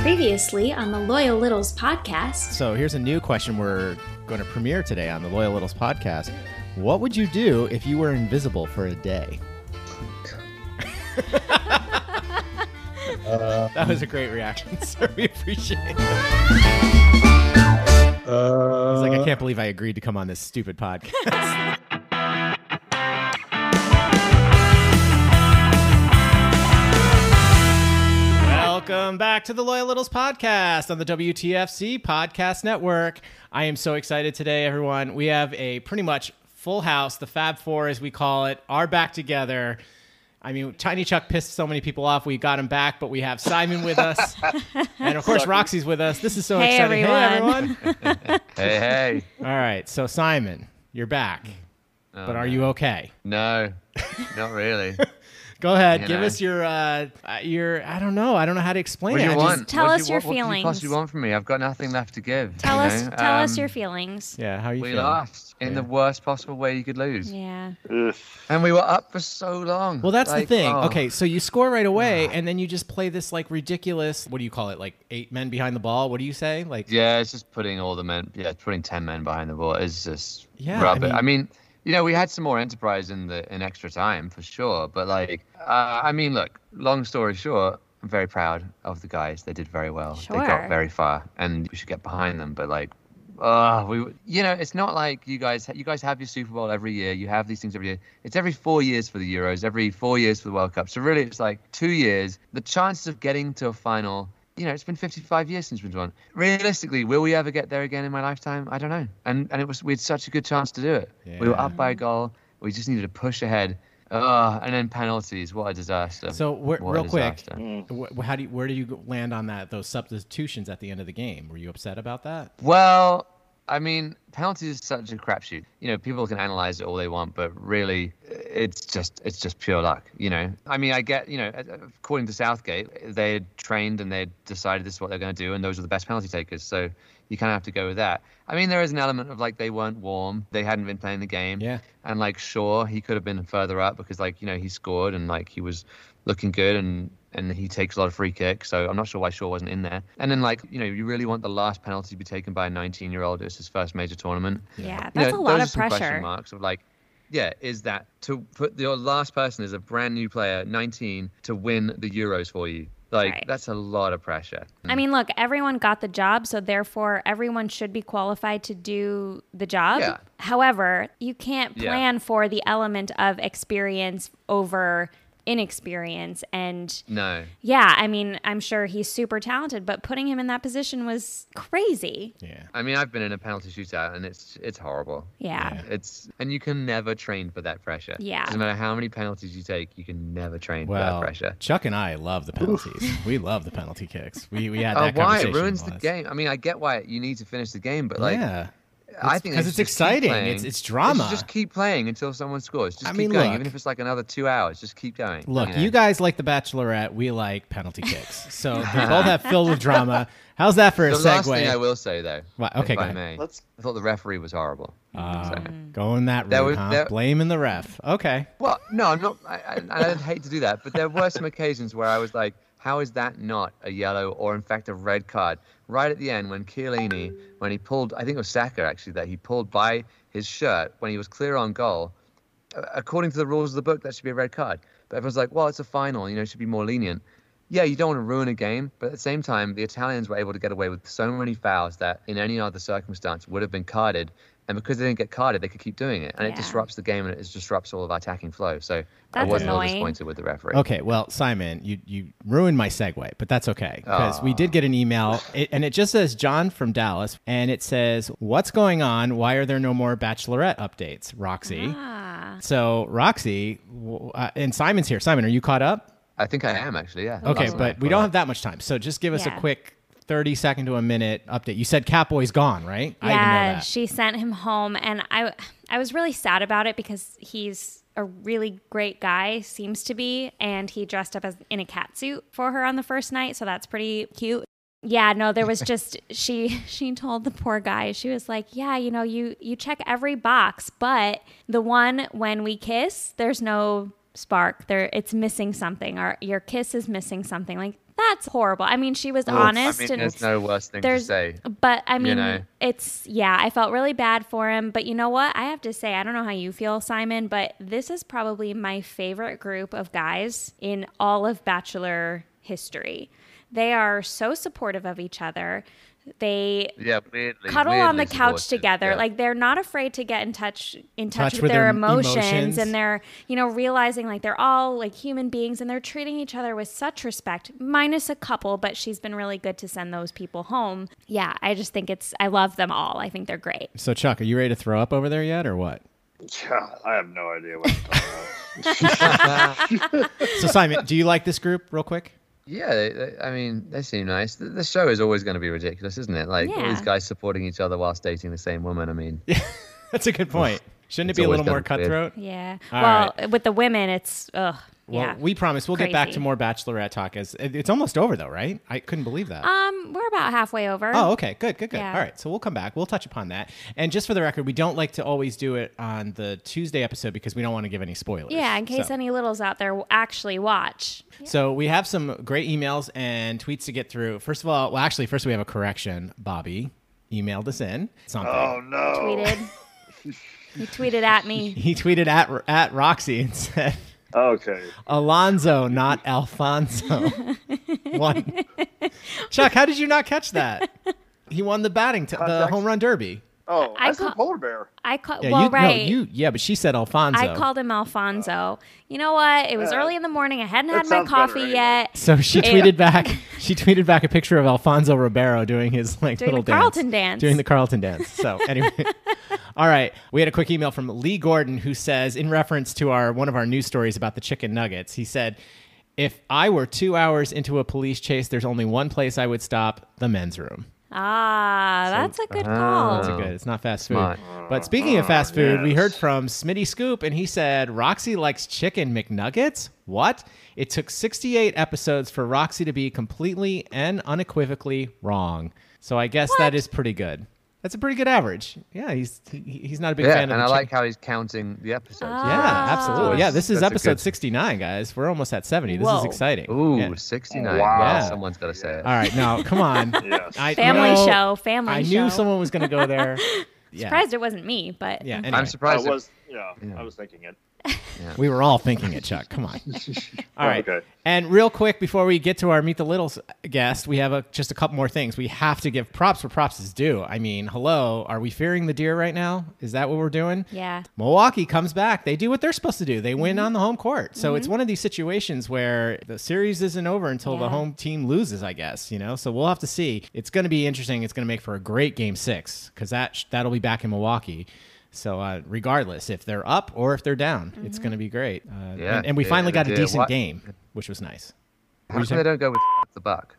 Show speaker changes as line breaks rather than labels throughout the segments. previously on the Loyal Littles podcast.
So here's a new question we're going to premiere today on the Loyal Littles podcast. What would you do if you were invisible for a day?
Uh,
That was a great reaction, sir. We appreciate it. It's
uh,
like I can't believe I agreed to come on this stupid podcast. Welcome back to the Loyal Littles podcast on the WTFC Podcast Network. I am so excited today, everyone. We have a pretty much full house. The Fab Four, as we call it, are back together. I mean, Tiny Chuck pissed so many people off. We got him back, but we have Simon with us. and of course, Roxy's with us. This is so
Hey,
exciting.
everyone.
Hey, everyone.
Hey, hey.
All right. So, Simon, you're back,
Oh,
but are you okay?
No, not really.
Go ahead.
You
give
know.
us your, uh, uh, your, I don't know. I don't know how to explain
What do
it.
you
I just-
want?
tell
What do
us
you-
your
what- What do you
feelings.
possibly want from me? I've got nothing left to give.
Tell
you
us,
know?
tell us
Um,
your feelings.
yeah. How are you
We
feeling?
lost in the
Yeah.
worst possible way you could lose,
Yeah.
and we were up for so long.
Well, that's
Like,
the thing.
oh.
Okay. So you score right away and then you just play this like ridiculous, what do you call it? Like eight men behind the ball. What do you say? Like,
Yeah, it's just putting all the men. Yeah, putting ten men behind the ball is just
Yeah, I
rubber.
mean-
I mean, you know, we had some more enterprise in the in extra time for sure, but like, uh, I mean, look. Long story short, I'm very proud of the guys. They did very well. They
Sure.
got very far, and we should get behind them. But like. Uh, we, you know, it's not like you guys. You guys have your Super Bowl every year. You have these things every year. It's every four years for the Euros, every four years for the World Cup. So really, it's like two years. The chances of getting to a final you know, it's been 55 years since we've won. Realistically, will we ever get there again in my lifetime? I don't know. And and it was we had such a good chance to do it. We were
Yeah.
up by a goal. We just needed to push ahead. Ah, and then penalties. What a disaster.
so wh-
What a
real quick,
disaster.
wh- how do you, where do you go- land on that? Those substitutions at the end of the game? Were you upset about that?
Well, I mean, penalties is such a crapshoot. You know, people can analyze it all they want, but really, it's just it's just pure luck. You know, I mean, I get you know, according to Southgate, they had trained and they had decided this is what they're going to do, and those are the best penalty takers. So you kind of have to go with that. I mean, there is an element of like they weren't warm, they hadn't been playing the game,
Yeah.
and like sure he could have been further up because like you know he scored and like he was looking good and and he takes a lot of free kicks so i'm not sure why shaw wasn't in there and then like you know you really want the last penalty to be taken by a 19 year old it's his first major tournament
Yeah.
You
That's a
know,
lot
those are
of
some question
pressure.
marks of like yeah is that to put your last person as a brand new player 19 to win the euros for you like
Right.
that's a lot of pressure
I mean, look, everyone got the job, so therefore everyone should be qualified to do the job.
Yeah.
However, you can't
Yeah.
plan for the element of experience over inexperience and
no
yeah, I mean, I'm sure he's super talented, but putting him in that position was crazy.
Yeah.
i mean i've been in a penalty shootout and it's it's horrible
Yeah.
Yeah.
It's and you can never train for that pressure.
Yeah.
Doesn't matter how many penalties you take, you can never train for
Well,
that pressure.
Chuck and I love the penalties. we love the penalty kicks. We we had
Oh,
that
why it
conversation
ruins the
last-
game? I mean, I get why you need to finish the game, but like,
yeah,
I
It's-
think
'cause
they
it's
should just keep
exciting.
playing.
It's- it's
They should
drama.
Just keep playing until someone scores. Just
I
keep
mean,
going,
look.
even if it's like another two hours. Just keep going.
Look,
know?
you guys like The Bachelorette. We like penalty kicks. So they both have filled with drama. How's that for a
The last thing I
segue?
will say though,
Why- okay,
if
go
I
ahead.
may,
Let's-
I thought the referee was horrible.
Uh,
So-
going that
That
route,
was-
huh?
that-
Blaming the ref. Okay.
Well, no, I'm not. I, I, and I'd hate to do that, but there were some occasions where I was like, "How is that not a yellow or, in fact, a red card?" Right at the end, when Chiellini, when he pulled, I think it was Saka actually, that he pulled by his shirt when he was clear on goal. uh, According to the rules of the book, that should be a red card. But everyone's like, "Well, it's a final, you know, it should be more lenient." Yeah, you don't want to ruin a game, but at the same time, the Italians were able to get away with so many fouls that in any other circumstance would have been carded. And because they didn't get carded, they could keep doing it. And
Yeah.
it disrupts the game and it disrupts all of our attacking flow. So I
That's
wasn't all
annoying.
disappointed with the referee.
Okay, well, Simon, you, you ruined my segue, but that's okay because we did get an email, it, and it just says John from Dallas, and it says, "What's going on? Why are there no more Bachelorette updates, Roxy?"
Ah.
So Roxy w- uh, and Simon's here. Simon, are you caught up?
I think I am actually, yeah.
Okay,
Last
but
night,
we don't have that much time. So just give us
Yeah.
a quick 30 second to a minute update. You said Catboy's gone, right? I didn't know
Yeah,
that.
she sent him home, and I I was really sad about it because he's a really great guy, seems to be, and he dressed up as in a cat suit for her on the first night, so that's pretty cute. Yeah, no, there was just she she told the poor guy she was like, yeah, you know, you you check every box, but the one when we kiss, there's no spark. There, it's missing something. Or your kiss is missing something. Like that that's horrible. I mean, she was
Ugh,
honest
I mean,
and
there's no worse thing to
there's-
say.
but I mean,
know.
it's yeah, I felt really bad for him. But you know what? I have to say, I don't know how you feel, Simon, but this is probably my favorite group of guys in all of Bachelor history. They are so supportive of each other. They
Yeah, weirdly.
cuddle
weirdly
on the couch
supportive,
together.
yeah.
Like they're not afraid to get in touch in touch,
Touch
with,
with
their,
their
emotions,
emotions.
and they're, you know, realizing like they're all like human beings and they're treating each other with such respect, minus a couple, but she's been really good to send those people home. Yeah, I just think it's I love them all. I think they're great.
So, Chuck, are you ready to throw up over there yet, or what?
God, I have no idea what you're talking about.
So, Simon, do you like this group, real quick?
Yeah, they, they, I mean, they seem nice. The, the show is always going to be ridiculous, isn't it? Like all
Yeah.
these guys supporting each other whilst dating the same woman. I mean,
That's a good point. Shouldn't it
It's
be a
always
little more
gonna be.
cutthroat?
Yeah.
All
well, with the women, it's ugh.
Well,
yeah.
we promise we'll get back
Crazy.
to more Bachelorette talk. As it- it's almost over, though, right? I couldn't believe that.
um, we're about halfway over.
Oh, okay. Good, good, good.
Yeah.
All right. So we'll come back. We'll touch upon that. And just for the record, we don't like to always do it on the Tuesday episode because we don't want to give any spoilers.
yeah. In case
So-
any littles out there will actually watch.
So we have some great emails and tweets to get through. First of all, well, actually, first we have a correction. Bobby emailed us in something.
Oh no!
Tweeted. he tweeted at me.
He tweeted at at Roxy and said,
Okay.
"Alonzo, not Alfonso." One. Chuck, how did you not catch that? He won the batting, t- the
Context.
home run derby.
Oh,
I
I said
ca-
polar bear.
I called.
Yeah,
well,
you, no,
right.
you, yeah, but she said Alfonso.
I called him Alfonso. You know what? It was
Yeah.
early in the morning. I hadn't
That
had my
sounds better
coffee
anyway.
yet.
So she
Ew.
tweeted back. She tweeted back a picture of Alfonso Ribeiro doing his like
Doing the
little
Carlton dance.
Doing the Carlton dance. So anyway, all right. We had a quick email from Lee Gordon who says, in reference to our one of our news stories about the chicken nuggets, he said, "If I were two hours into a police chase, there's only one place I would stop: the men's room.
Ah, that's a
uh,
good call.
Oh.
Good. It's not fast food.
Smart.
But speaking of fast food, we
yes.
heard from Smitty Scoop, and he said Roxy likes chicken McNuggets. What? It took 68 episodes for Roxy to be completely and unequivocally wrong. So I guess that is pretty good. That's a pretty good average. Yeah, he's he, he's not a big
yeah,
fan
and
of.
I
the
like
chicken.
how he's counting the episodes.
Ah.
Yeah, absolutely. Yeah, this is
That's a
episode
good-
69, guys. We're almost at 70. This is
Whoa.
exciting.
Ooh,
Yeah.
69.
Wow.
Yeah,
Yeah.
someone's got to say it.
All right, now come on.
Yes.
I-
Family
no,
show. Family
I
show.
knew someone was going to go there. Yeah.
Surprised it wasn't me, but mm.
Yeah. Anyway.
I'm
I
surprised.
was. Yeah,
Yeah.
I was thinking it.
We were all thinking it, Chuck. Come on. All right.
Okay.
And real quick before we get to our Meet the Littles guest, we have a, just a couple more things. We have to give props where props is due. I mean, hello, are we fearing the deer right now? Is that what we're doing?
yeah. Mm-hmm.
Milwaukee comes back. They do what they're supposed to do. They win on the home court. So it's one of these situations where the series isn't over until the
Yeah.
home team loses, I guess, you know. So we'll have to see. It's going to be interesting. It's going to make for a great game 6 cuz that sh- that'll be back in Milwaukee. So uh, regardless if they're up or if they're down, it's
Mm-hmm.
going to be great. Uh,
Yeah,
and, and we
yeah,
finally got a
yeah,
decent
what-
game, which was nice.
How
you
come
saying?
they don't go with the buck?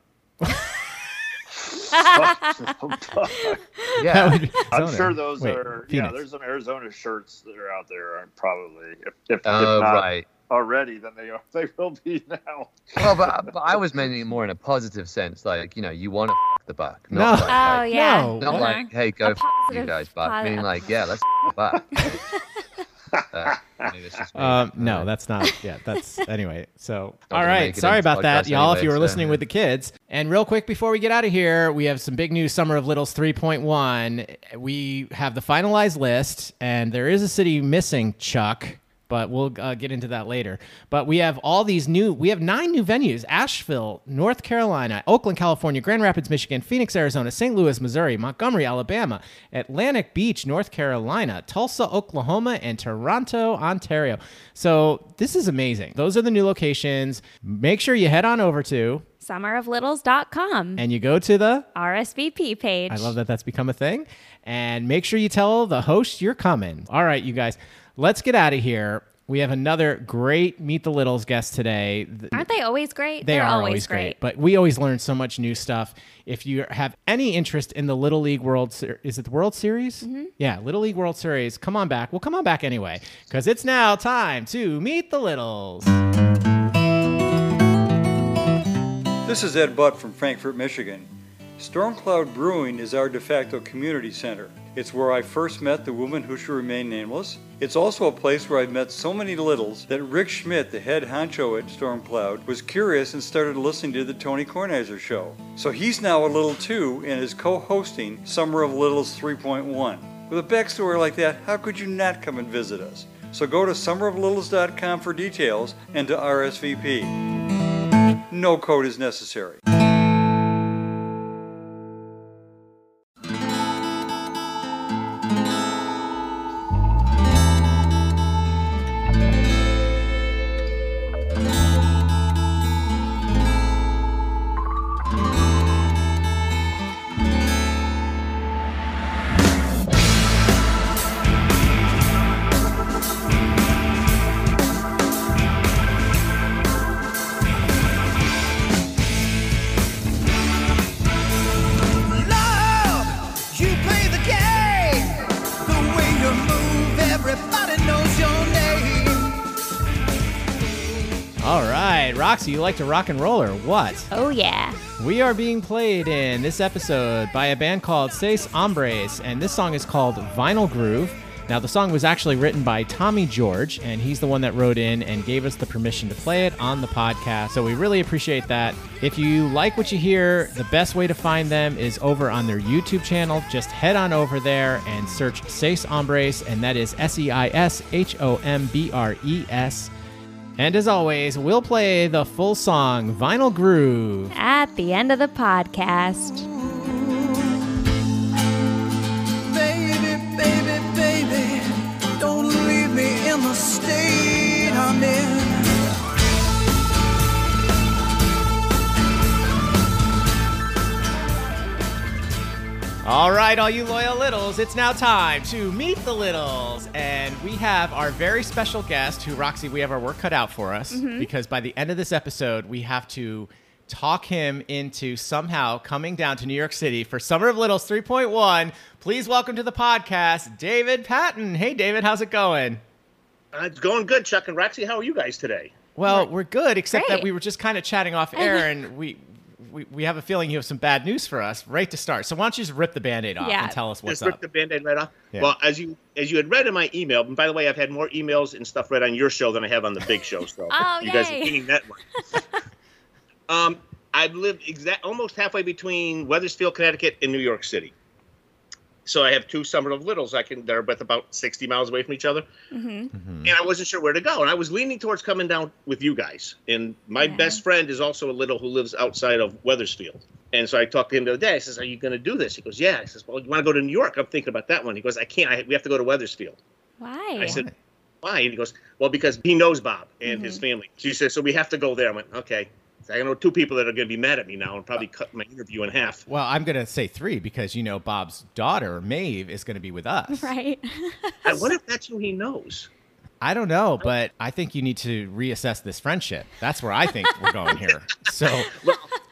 That
Yeah.
would be
I'm
Arizona.
sure those
Wait,
are. Yeah,
Phoenix.
there's some Arizona shirts that are out there, and probably if if,
Oh,
if not
right.
already, then they are. They will be now.
Well, but, but I was meaning it more in a positive sense. Like, you know, you want to the buck. Not
No.
Like,
Oh
like,
yeah.
No.
Not
What?
like, hey, go
A
f- you
positive-
guys, buck. I
posi-
mean,
a
like, yeah, let's f- the buck. Uh, I mean, it's just me.
Um,
All
no,
right.
that's not. Yeah, that's anyway. So,
Not
all
gonna
right.
make it
Sorry
into
about that,
podcast
y'all. if
anyway,
you were
so,
listening
yeah.
with the kids, and real quick before we get out of here, we have some big news. Summer of Littles 3.1. We have the finalized list, and there is a city missing, Chuck. But we'll uh, get into that later. But we have all these new. We have nine new venues: Asheville, North Carolina, Oakland, California, Grand Rapids, Michigan, Phoenix, Arizona, St. Louis, Missouri, Montgomery, Alabama, Atlantic Beach, North Carolina, Tulsa, Oklahoma, and Toronto, Ontario. So this is amazing. Those are the new locations. Make sure you head on over to
Summeroflittles.com.
and you go to the
RSVP page.
I love that that's become a thing. And make sure you tell the host you're coming. All right, you guys, let's get out of here. We have another great Meet the Littles guest today. Th-
Aren't they always great?
they
They're
are always, great. but we always learn so much new stuff. If you have any interest in the Little League World, Ser- is it the World Series? Yeah, Little League World Series. Come on back. Well, come on back anyway, because it's now time to meet the Littles.
This is Ed Butt from Frankfort, Michigan. Stormcloud Brewing is our de facto community center. It's where I first met the woman who should remain nameless. It's also a place where I met so many littles that Rick Schmidt, the head honcho at Stormcloud, was curious and started listening to the Tony Kornheiser show. So he's now a little too and is co hosting Summer of Littles 3.1. With a backstory like that, how could you not come and visit us? So go to summeroflittles.com for details and to RSVP. No code is necessary.
Love, you play the game. The way you move, everybody knows your name.
All right, Roxy, you like to rock and roll or what?
Oh, yeah.
We are being played in this episode by a band called Seis Hombres, and this song is called Vinyl Groove. Now, the song was actually written by Tommy George, and he's the one that wrote in and gave us the permission to play it on the podcast. So we really appreciate that. If you like what you hear, the best way to find them is over on their YouTube channel. Just head on over there and search Seis Hombres, and that is S E I S H O M B R E S. And as always, we'll play the full song Vinyl Groove.
At the end of the podcast.
Baby, baby, baby, don't leave me in the state I'm in.
All right, all you loyal littles, it's now time to meet the littles. And we have our very special guest who, Roxy, we have our work cut out for us
Mm-hmm.
because by the end of this episode, we have to talk him into somehow coming down to New York City for Summer of Littles 3.1. Please welcome to the podcast, David Patton. Hey, David, how's it going?
Uh, It's going good, Chuck and Roxy. How are you guys today?
Well, we're good, except that
Great.
we were just kind of chatting off air and we. We, we have a feeling you have some bad news for us right to start. So why don't you just rip the band-aid off
Yeah.
and tell us what's
Just ripped
up?
the band-aid right off.
Yeah.
Well, as you as you had read in my email, and by the way, I've had more emails and stuff read on your show than I have on the big show. So
Oh,
you guys are
yay.
winning that one. um, I've lived exact almost halfway between Weathersfield, Connecticut, and New York City. So I have two summer of littles I can they're both about sixty miles away from each other.
Mm-hmm.
and I wasn't sure where to go. And I was leaning towards coming down with you guys. And my
Yeah.
best friend is also a little who lives outside of Weathersfield. And so I talked to him the other day. I says, "Are you going to do this?" He goes, "Yeah." I says, "Well, you want to go to New York?" I'm thinking about that one. He goes, "I can't. I, we have to go to Weathersfield."
Why?
I said, "Why?" And he goes, "Well, because he knows Bob and his
Mhm.
family." She said, "So we have to go there." I went, "Okay." So I know two people that are going to be mad at me now and probably cut my interview in half.
Well, I'm going to say three because you know Bob's daughter Maeve is going to be with us.
right.
I wonder if that's who he knows.
I don't know, but I think you need to reassess this friendship. That's where I think we're going here. So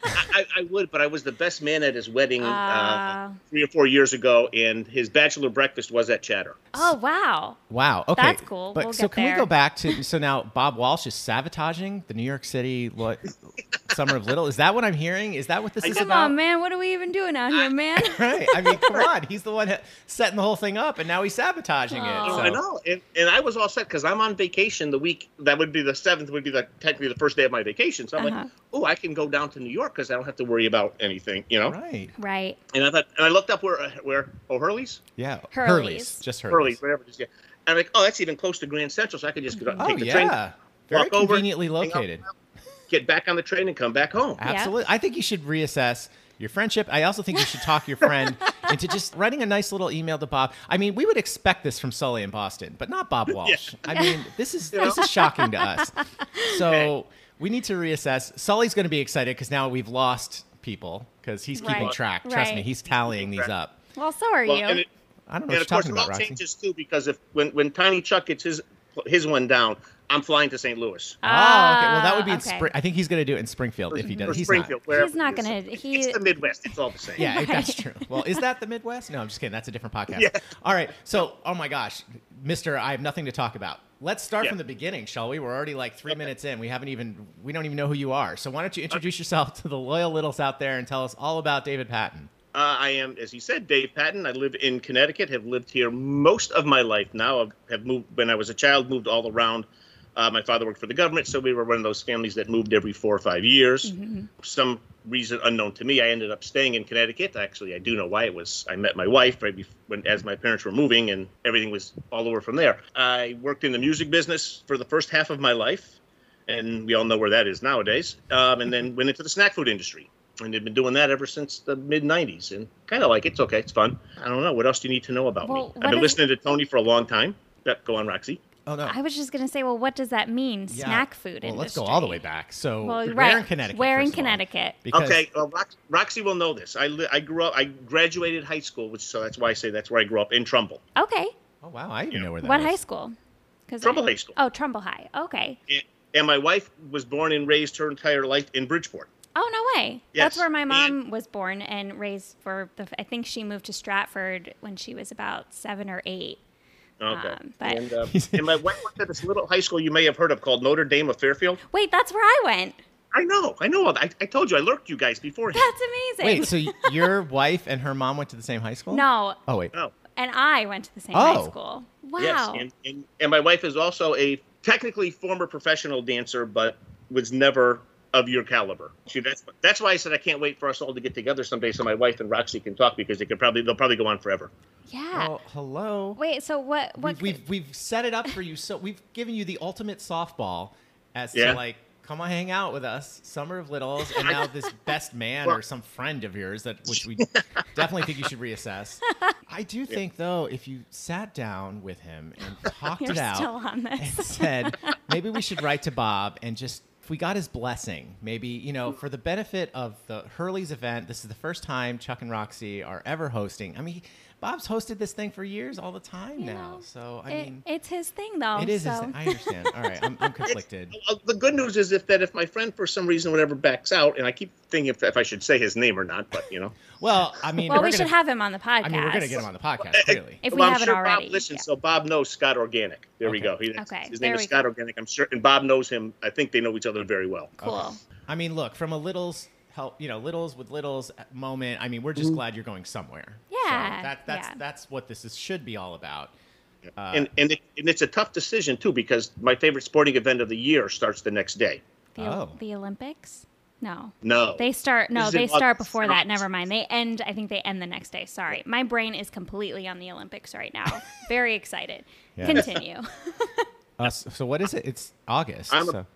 I, I I would, but I was the best man at his wedding. uh,
Uh,
three or four years ago, and his bachelor breakfast was at Chatter.
oh, wow.
wow, okay,
That's cool.
But
We'll
so
get
can we
there.
go back to so now Bob Walsh is sabotaging the New York City lo- Summer of Little? Is that what I'm hearing? Is that what this is
Come
about?
on, man. What are we even doing out here, man?
Right. I mean, come on. He's the one that- setting the whole thing up, and now he's sabotaging it.
Oh.
So.
I know, and, and I was all set because I'm on vacation the week that would be the seventh would be the technically the first day of my vacation. So I'm
Uh-huh.
like, oh, I can go down to New York because I don't have to worry about anything, you know.
Right.
right.
And I thought, and I looked up where uh, where O'Hurley's
Yeah.
Hurley's.
Just Hurley's.
Hurley's, whatever. it is, yeah. And I'm like, oh, that's even close to Grand Central, so I could just get,
Oh
take the
yeah.
train,
Very
walk over,
conveniently
hang out.
located.
get back on the train, and come back home.
Yeah.
Absolutely. I think you should reassess your friendship. I also think you should talk your friend into just writing a nice little email to Bob. I mean, we would expect this from Sully in Boston, but not Bob Walsh. I mean, this is this is shocking to us. So we need to reassess. Sully's going to be excited because now we've lost people because he's keeping
Right.
track. Trust me,
Right.
he's tallying these
Right.
up.
Well, so are
Well,
you.
and it-
I don't know
and
what
of
you're
course,
talking
it
about,
all
Roxy.
changes too because if when when Tiny Chuck gets his his one down, I'm flying to St. Louis.
Oh, okay. Well, that
Ah,
would be in
okay.
Spring. I think he's going to do it in Springfield if he does.
Or
He's not.
Springfield, wherever
He's not
it is.
gonna- he-
It's the Midwest. It's all the same.
Yeah,
Right.
that's true. Well, is that the Midwest? No, I'm just kidding. That's a different podcast.
Yeah.
All right. So, oh my gosh, Mister, I have nothing to talk about. Let's start
Yeah.
from the beginning, shall we? We're already like three minutes in. We haven't even
Uh,
we don't even know who you are. So why don't you introduce yourself to the loyal littles out there and tell us all about David Patton?
Uh, I am, as he said, Dave Patton. I live in Connecticut. Have lived here most of my life now. I've, have moved when I was a child. Moved all around. Uh, my father worked for the government, so we were one of those families that moved every four or five years. Some reason unknown to me, I ended up staying in Connecticut. Actually, I do know why it was. I met my wife right bef- when, as my parents were moving, and everything was all over from there. I worked in the music business for the first half of my life, and we all know where that is nowadays. Um, and then went into the snack food industry and they've been doing that ever since the mid 90s and kind of like it's okay it's fun i don't know what else do you need to know about
Well,
me
what
i've been
is-
listening to tony for a long time Yeah, go on roxy
Oh no.
I was just gonna say, well, what does that mean?
Yeah.
Snack food.
Well, let's go
industry.
all the way back. So
Well,
we're
right.
in Connecticut.
We're in
first of all,
Connecticut.
because-
okay well, Rox- roxy will know this I, li- I grew up i graduated high school which so that's why i say that's where i grew up in trumbull
Okay.
Oh wow, I didn't know where that
What
was.
high school? 'Cause
Trumbull
I-
High School.
Oh, Trumbull High. Okay.
and, and my wife was born and raised her entire life in bridgeport
Oh no way! That's
Yes,
where my mom
and-
was born and raised for the. I think she moved to Stratford when she was about seven or eight.
okay
Um, but-
and, uh, and my wife went to this little high school you may have heard of called notre dame of fairfield
Wait, that's where I went.
i know i know all that. I, I told you i lurked you guys beforehand
That's amazing.
Wait, so y- your wife and her mom went to the same high school?
no,
Oh wait.
no
and I went to the same
Oh.
high school. Wow.
Yes, and, and, and my wife is also a technically former professional dancer, but was never of your caliber. She, that's that's why I said I can't wait for us all to get together someday so my wife and Roxy can talk because they could probably they'll probably go on forever.
yeah.
Oh, hello.
Wait. So what? What?
we've, we've we've set it up for you. So we've given you the ultimate softball as
Yeah.
to like come on hang out with us, Summer of Littles, and now this best man or some friend of yours that which we definitely think you should reassess. I do think though, if you sat down with him and talked
You're
it out
still on
and
this.
said maybe we should write to Bob and just if we got his blessing, maybe you know for the benefit of the Hurley's event. This is the first time Chuck and Roxy are ever hosting. I mean. he- Bob's hosted this thing for years, all the time
You
now.
know,
so I
it-
mean,
it's his thing, though.
it is.
So.
his thing. I understand. All right, I'm, I'm conflicted.
Uh, The good news is if that if my friend for some reason whatever backs out, and I keep thinking if, if I should say his name or not, but you know,
Well, I mean,
well,
we're
we
gonna,
should have him on the podcast.
I mean, we're gonna get him on the podcast clearly.
If
Well,
we
I'm
haven't
sure
already.
Bob listens,
yeah.
so Bob knows Scott Organic. There we
Okay.
go. He, that's-
Okay,
his name
there
is
we
Scott
go.
Organic. I'm sure, and Bob knows him. I think they know each other very well.
Cool.
I mean, look from a littles help, you know, littles with littles moment. I mean, we're just glad you're going somewhere. So
Yeah,
that, that's
yeah.
that's what this is, should be all about. Uh,
and and, it, and it's a tough decision too because my favorite sporting event of the year starts the next day.
The, Ol-
Oh.
the Olympics? No.
No,
They start no,
This is
they
in
start
August.
before that. Never mind. They end I think they end the next day. Sorry. My brain is completely on the Olympics right now. Very excited.
Yeah.
Continue.
Uh, so so what is it? It's August.
I'm a-
so-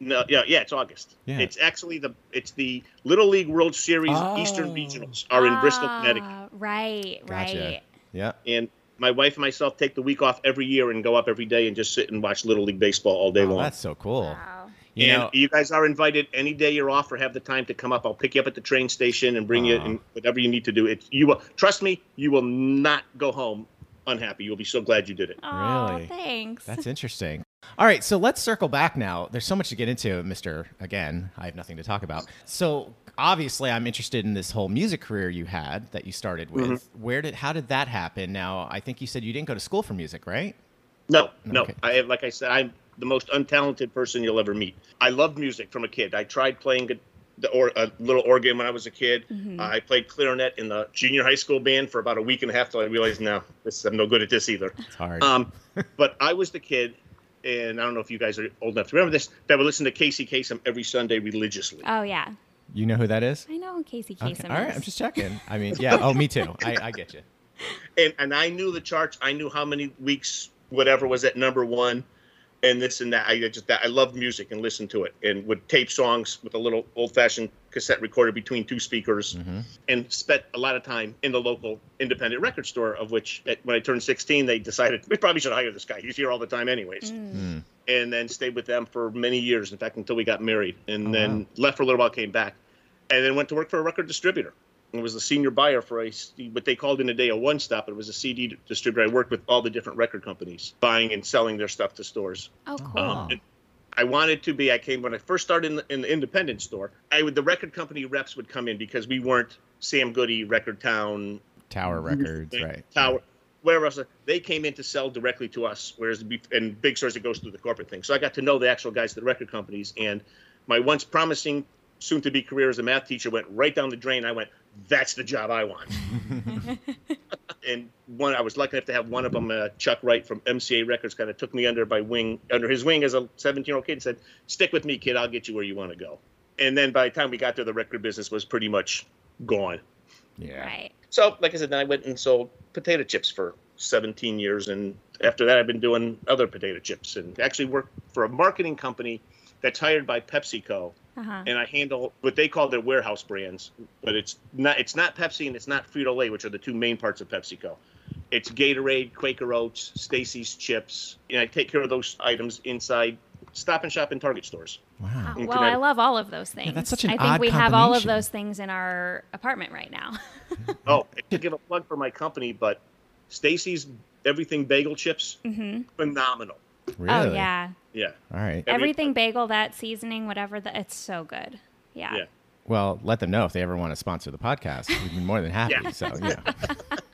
no, yeah, yeah, it's August.
Yeah.
It's actually the it's the Little League World Series
Oh.
Eastern Regionals are in Bristol, Connecticut,
Ah, Right,
gotcha.
right.
Yeah.
and my wife and myself take the week off every year and go up every day and just sit and watch Little League baseball all day
Oh,
long.
that's so cool.
Wow.
You
and e-
know,
you guys are invited any day you're off or have the time to come up. I'll pick you up at the train station and bring you
Aw.
and whatever you need to do. It you will trust me. You will not go home unhappy. You'll be so glad you did it.
Oh,
Really?
thanks.
That's interesting. All right, so let's circle back now. There's so much to get into, Mr. Again, I have nothing to talk about. So, obviously, I'm interested in this whole music career you had that you started with.
Mm-hmm.
Where did how did that happen? Now, I think you said you didn't go to school for music, right?
No, no.
Okay.
I like I said, I'm the most untalented person you'll ever meet. I loved music from a kid. I tried playing gu- the or a little organ when I was a kid. I played clarinet in the junior high school band for about a week and a half till I realized, no, this I'm no good at this either.
It's hard.
Um, but I was the kid, and I don't know if you guys are old enough to remember this, that would listen to Casey Kasem every Sunday religiously.
oh yeah.
you know who that is?
I know who Casey Kasem
Okay. All right,
is.
I'm just checking. I mean, yeah. Oh, me too. I, I get you.
and and I knew the charts. I knew how many weeks whatever was at number one, and this and that. I just that I loved music and listened to it, and would tape songs with a little old fashioned cassette recorder between two speakers,
Mm. Mm-hmm.
and spent a lot of time in the local independent record store. Of which, at, when I turned sixteen, they decided we probably should hire this guy. He's here all the time, anyways.
Mm.
Mm. Hmm.
And then stayed with them for many years. In fact, until we got married, and then left for a little while, came back, and then went to work for a record distributor. It was the senior buyer for a what they called in a day a one stop. It was a CD distributor. I worked with all the different record companies, buying and selling their stuff to stores.
Oh cool.
Oh.
and I wanted to be. I came when I first started in the, in the independent store. I would the record company reps would come in because we weren't Sam Goody, Record Town,
Tower Records, right?
Tower, wherever else. They came in to sell directly to us, whereas be- and big stores it goes through the corporate thing. So I got to know the actual guys at the record companies, and my once promising, soon to be career as a math teacher went right down the drain. I went, that's the job I want. and one, I was lucky enough to have one of them, uh, Chuck Wright from MCA Records, kind of took me under by wing, under his wing as a 17 year old kid, and said, "Stick with me, kid. I'll get you where you want to go." And then by the time we got there, the record business was pretty much gone.
Yeah.
Right.
So, like I said, then I went and sold potato chips for 17 years, and after that, I've been doing other potato chips, and actually worked for a marketing company that's hired by PepsiCo
Uh-huh.
and I handle what they call their warehouse brands, but it's not it's not Pepsi and it's not Frito Lay, which are the two main parts of PepsiCo. It's Gatorade, Quaker Oats, Stacy's Chips, and I take care of those items inside Stop and Shop and Target stores.
Oh,
Wow.
well, I love all of those things.
that's such an
I think
odd
we have all of
combination.
those things in our apartment right now.
Oh, I should give a plug for my company, but Stacy's Everything Bagel Chips,
Mhm.
phenomenal.
Really?
Oh yeah,
Yeah.
All right.
Every-
everything bagel, that seasoning, whatever. The, it's so good. Yeah.
Yeah.
Well, let them know if they ever want to sponsor the podcast. We'd be more than happy.
Yeah.
So, you know.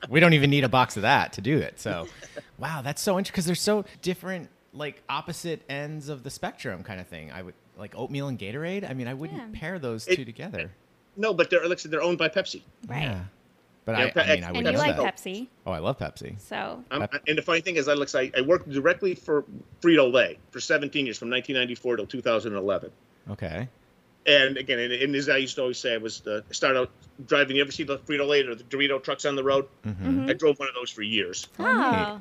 we don't even need a box of that to do it. So, wow, that's so interesting because they're so different, like opposite ends of the spectrum kind of thing. I would like oatmeal and Gatorade. I mean, I wouldn't
Yeah.
pair those
It-
two together.
No, but they're like I said, they're owned by Pepsi.
Right.
Yeah. But
Yeah,
I, I mean,
and
I
And
would
you
know
like
that.
Pepsi,
Oh, I love Pepsi.
so
I'm,
Yep.
and the funny thing is, I looks I, I worked directly for Frito Lay for 17 years, from 1994 till 2011.
Okay.
And again, and, and as I used to always say, I was uh, start out driving. You ever see the Frito Lay or the Dorito trucks on the road?
Mm-hmm.
I drove one of those for years
oh,
right.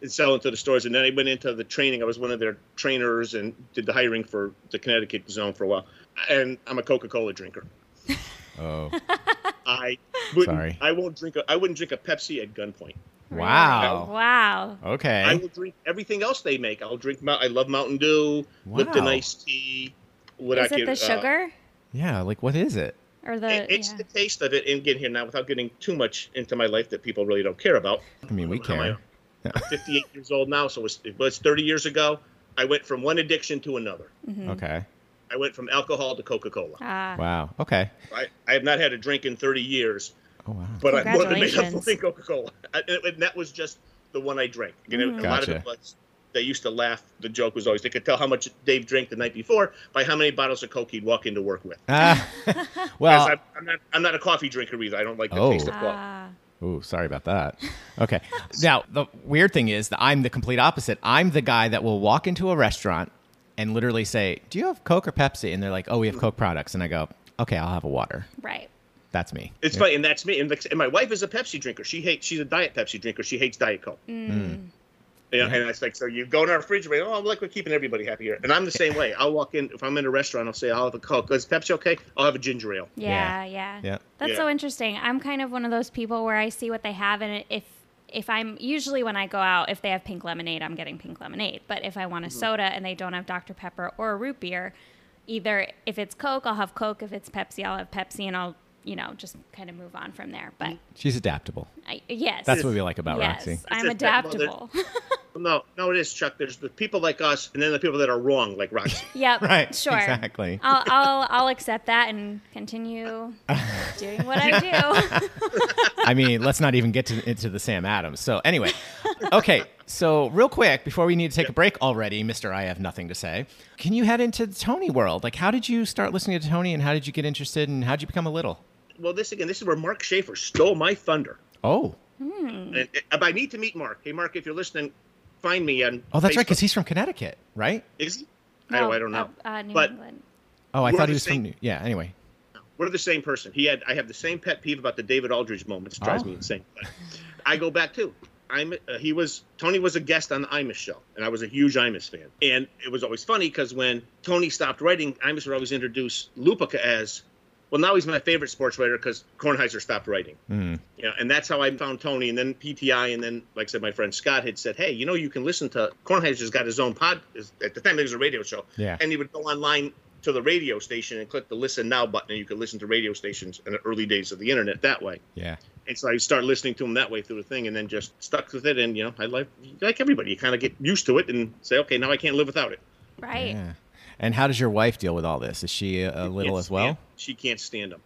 and selling to the stores. And then I went into the training. I was one of their trainers and did the hiring for the Connecticut zone for a while. And I'm a Coca Cola drinker.
Mm-hmm.
Oh,
I wouldn't,
Sorry.
I won't drink. A, I wouldn't drink a Pepsi at gunpoint.
really?
Wow.
Wow.
okay.
I will drink everything else they make. I'll drink. Mou- I love Mountain Dew, Lipton
Wow.
iced tea. What
Is
I
it
could,
the
uh,
sugar
yeah. Like, what is it?
or the?
it- it's
yeah.
the taste of it. And again, here now, without getting too much into my life that people really don't care about.
I mean, we
How am I-
care.
58 years old now, so it was, it was 30 years ago. I went from one addiction to another.
Mhm.
Okay.
I went from alcohol to Coca Cola.
Ah,
Wow. Okay.
I, I have not had a drink in 30 years,
Oh, wow.
but I more than made up
Congratulations.
for in Coca Cola. And, and that was just the one I drank. You know, A lot of
Gotcha.
it was, they used to laugh. The joke was always they could tell how much Dave drank the night before by how many bottles of Coke he'd walk into work with.
Ah.
'Cause
well,
I'm, I'm, not, I'm not a coffee drinker either. I don't like the
Oh.
taste of coffee.
Ah.
Ooh, sorry about that. Okay. now, the weird thing is that I'm the complete opposite. I'm the guy that will walk into a restaurant and literally say, Do you have Coke or Pepsi? And they're like, Oh, we have Coke products. And I go, Okay, I'll have a water.
right.
That's me.
It's funny, and that's me. And, like, and my wife is a Pepsi drinker. She hates. She's a diet Pepsi drinker. She hates Diet Coke.
Mm.
You know,
Hmm. Yeah.
And it's like, so you go in our refrigerator. Oh, I'm like, we're keeping everybody happy here. And I'm the same way. I'll walk in if I'm in a restaurant. I'll say, I'll have a Coke. Is Pepsi okay? I'll have a ginger ale.
Yeah,
Yeah.
yeah.
Yeah.
That's
Yeah.
so interesting. I'm kind of one of those people where I see what they have and if if I'm usually when I go out, if they have pink lemonade, I'm getting pink lemonade. But if I want
Mm-hmm.
a soda and they don't have Dr. Pepper or a root beer, either if it's Coke, I'll have Coke. If it's Pepsi, I'll have Pepsi and I'll, you know, just kind of move on from there. But
She's adaptable.
I, yes.
That's what we like about
yes,
Roxy.
I'm
Mm. It's just that mother-
adaptable.
No, no, it is Chuck. There's the people like us, and then the people that are wrong, like Roxy.
yep.
Right,
Sure.
exactly.
I'll, I'll I'll accept that and continue doing what I do.
I mean, let's not even get to, into the Sam Adams. So, anyway, okay. So, real quick, before we need to take a break already, Mr. I have nothing to say, can you head into the Tony world? Like, how did you start listening to Tony and how did you get interested and how did you become a little?
well, this again. This is where Mark Schaefer stole my thunder.
Oh,
And, and I need to meet Mark. Hey, Mark, if you're listening, find me on.
oh, that's right.
Facebook.
Because he's from Connecticut, right?
is he? I, don't, I don't know.
Uh, uh, New
But-
England.
Oh, I
We're
thought
the
he was
same-
from New- Yeah, anyway.
we're the same person. He had I have the same pet peeve about the David Aldridge moments. It drives
Oh.
me insane. But I go back too. I'm uh, he was Tony was a guest on the Imus show, and I was a huge Imus fan. And it was always funny because when Tony stopped writing, Imus would always introduce Lupica as, well, now he's my favorite sports writer because Kornheiser stopped writing.
Mm.
You know, and that's how I found Tony, and then PTI, and then like I said, my friend Scott had said, "Hey, you know, you can listen to Kornheiser's got his own pod. At the time, it was a radio show,
Yeah.
and he would go online to the radio station and click the listen now button, and you could listen to radio stations in the early days of the internet that way.
Yeah.
And so I started listening to him that way through the thing, and then just stuck with it. And you know, I like like everybody, you kind of get used to it and say, okay, now I can't live without it.
Right.
Yeah. And how does your wife deal with all this? Is she a a little
Can't
as well?
stand- she can't stand him.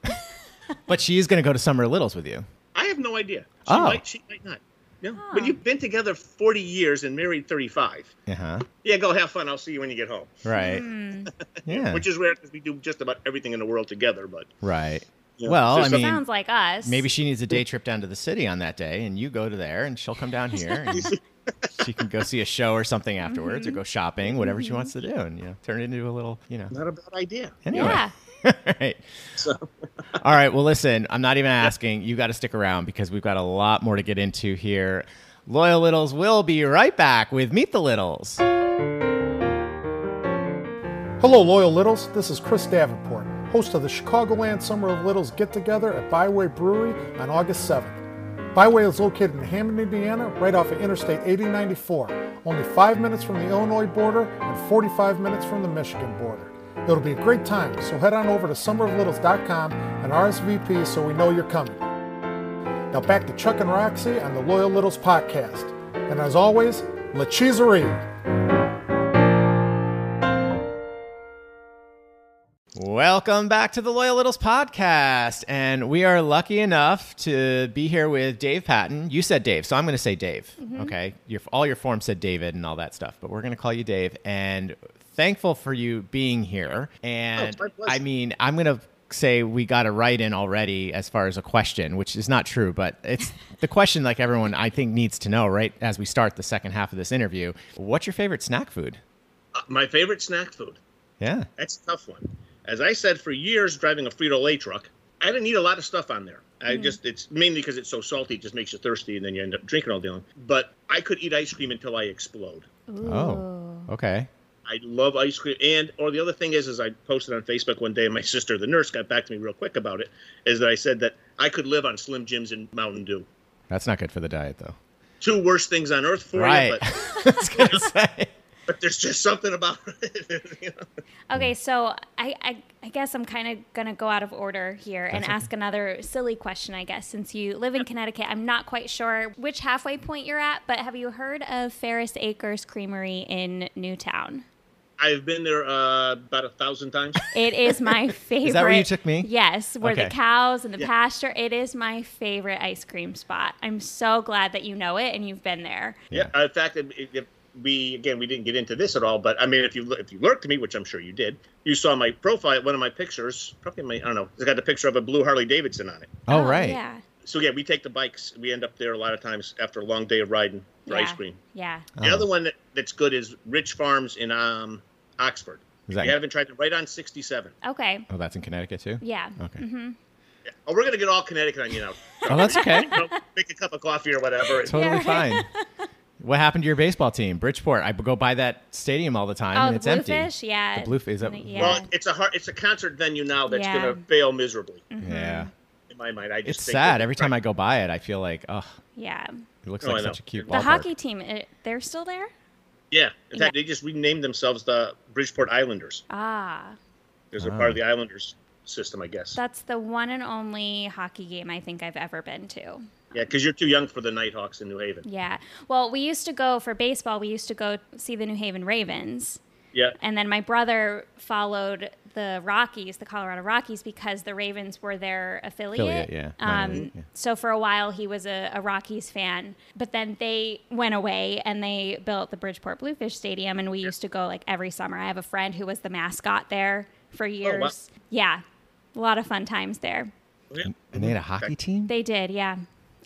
But she is going to go to Summer Littles with you.
I have no idea. She
Oh.
might, she might not. No, but
Huh.
you've been together forty years and married thirty-five.
Uh huh.
Yeah, go have fun. I'll see you when you get home.
Hmm.
Right. Yeah.
Mm-hmm. Which is rare because we do just about everything in the world together. But
right.
Yeah.
Well, I
There's
mean,
Sounds like us.
maybe she needs a day trip down to the city on that day, and you go to there, and she'll come down here, and she can go see a show or something afterwards,
Mm-hmm.
or go shopping, whatever she wants to
Mm-hmm.
do, and you know, turn it into a little, you know.
Not a bad idea.
Anyway.
Yeah.
All right. All right. Well, listen, I'm not even asking. You got to stick around because we've got a lot more to get into here. Loyal Littles will be right back with Meet the Littles.
Hello, loyal Littles. This is Chris Davenport, host of the Chicagoland Summer of Littles get together at Byway Brewery on August 7th. Byway is located in Hammond, Indiana, right off of Interstate 8094, only five minutes from the Illinois border and 45 minutes from the Michigan border. It'll be a great time, so head on over to summeroflittles.com and RSVP so we know you're coming. Now back to Chuck and Roxy on the Loyal Littles podcast. And as always, La Cheeserie.
Welcome back to the Loyal Littles podcast. And we are lucky enough to be here with Dave Patton. You said Dave, so I'm going to say Dave.
Mm-hmm.
Okay. Your, all your forms said David and all that stuff, but we're going to call you Dave. And thankful for you being here. And
Oh, my pleasure.
I mean, I'm going to say we got a write in already as far as a question, which is not true, but it's the question like everyone I think needs to know right as we start the second half of this interview. What's your favorite snack food?
Uh, my favorite snack food.
Yeah.
That's a tough one. As I said, for years driving a Frito Lay truck, I didn't eat a lot of stuff on there. I just, it's mainly because it's so salty, it just makes you thirsty, and then you end up drinking all day long. But I could eat ice cream until I explode.
Oh. Okay.
I love ice cream. And, or the other thing is, is I posted on Facebook one day, and my sister, the nurse, got back to me real quick about it, is that I said that I could live on Slim Jims and Mountain Dew.
That's not good for the diet, though.
Two worst things on earth for you,
Right.
but,
I was gonna say.
but there's just something about it. you know?
Okay, so I, I, I guess I'm kind of going to go out of order here and ask another silly question, I guess, since you live in Connecticut. I'm not quite sure which halfway point you're at, but have you heard of Ferris Acres Creamery in Newtown?
I've been there uh, about a thousand times.
It is my favorite.
that where you took me?
Yes, where the
Okay.
cows and the pasture. It is my favorite ice cream spot. I'm so glad that you know it and you've been there.
Yeah. Uh, In fact, if, if we again we didn't get into this at all, but I mean, if you if you lurked me, which I'm sure you did, you saw my profile, one of my pictures, probably my I don't know, it's got a picture of a blue Harley Davidson on it.
Oh, right.
Um, Yeah.
So yeah, we take the bikes. We end up there a lot of times after a long day of riding for
yeah.
ice cream.
Yeah.
The
Uh-huh.
other one that, that's good is Rich Farms in um, Oxford.
Is
If
that-
you haven't tried it, right on 67.
Okay.
Oh, that's in Connecticut too.
Yeah. Mm-hmm.
Okay.
Oh, we're gonna get all Connecticut on you now.
Oh, that's okay.
You know, Make a cup of coffee or whatever.
totally
Yeah,
fine. What happened to your baseball team, Bridgeport? I go by that stadium all the time,
Oh,
and
the
it's
bluefish.
empty.
Yeah.
The Bluefish, is that-
Yeah.
Well, it's a hard, it's a concert venue now that's
Yeah.
gonna fail miserably.
Mm-hmm.
Yeah,
In my mind, I just
it's
think
sad.
that-
Every time I go by it, I feel like, oh,
yeah.
it looks
Oh,
like
I know.
such a cute
The
ballpark.
hockey team, it, they're still there?
Yeah. In fact, they just renamed themselves the Bridgeport Islanders.
Ah,
There's a part
Ah.
of the Islanders system, I guess. Yeah,
that's the one and only hockey game I think I've ever been to.
yeah, because you're too young for the Nighthawks in New Haven.
Yeah. Well, we used to go for baseball, we used to go see the New Haven Ravens.
Yeah.
And then my brother followed the Rockies, the Colorado Rockies, because the Ravens were their affiliate.
Affiliate, yeah. Minor
Um,
league, yeah.
So for a while, he was a, a Rockies fan, but then they went away and they built the Bridgeport Bluefish Stadium, and we used to go like every summer. I have a friend who was the mascot there
Oh,
for years. Yeah, a lot of fun times there.
Oh, Yeah.
And they had a hockey team.
They did, yeah.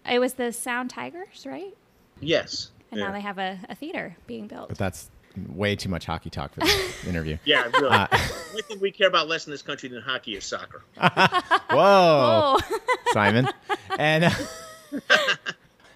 It was the Sound Tigers, right?
Yes.
And now
yeah.
they have a, a theater being built.
But that's way too much hockey talk for this interview.
yeah, really.
Ah.
the only thing we care about less in this country than hockey is soccer.
Whoa.
Oh,
Simon. And uh,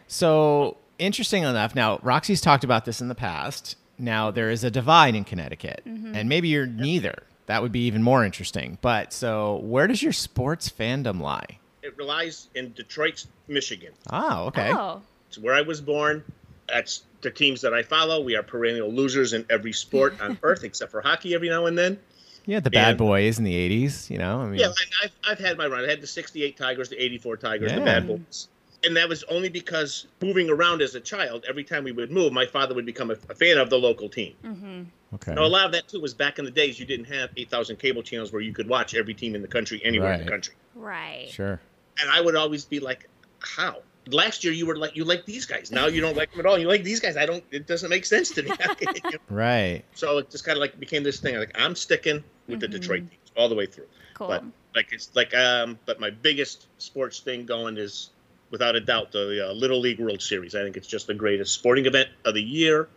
so, interesting enough, now Roxy's talked about this in the past. Now there is a divide in Connecticut, and maybe you're neither. That would be even more interesting. But so, where does your sports fandom lie?
It relies in Detroit, Michigan.
Oh, okay.
oh,
It's where I was born. That's the teams that I follow. We are perennial losers in every sport on earth except for hockey every now and then.
Yeah, the bad
And-
boys in the '80s. You know, I mean,
Yeah, I, I've, I've had my run. I had the 68 Tigers, the 84 Tigers,
Yeah.
the Bad Boys. And that was only because moving around as a child, every time we would move, my father would become a, a fan of the local team.
Mm-hmm. okay.
Now, a lot of that, too, was back in the days you didn't have 8,000 cable channels where you could watch every team in the country, anywhere in
Right.
the country.
right.
sure.
And I would always be like, how? Last year you were like you like these guys. Now you don't like them at all. You like these guys. I don't. It doesn't make sense to me.
Right.
so it just kind of like became this thing. Like I'm sticking with the Detroit teams all the way through.
Cool.
But like it's like um but my biggest sports thing going is without a doubt the uh, little league world series i think it's just the greatest sporting event of the year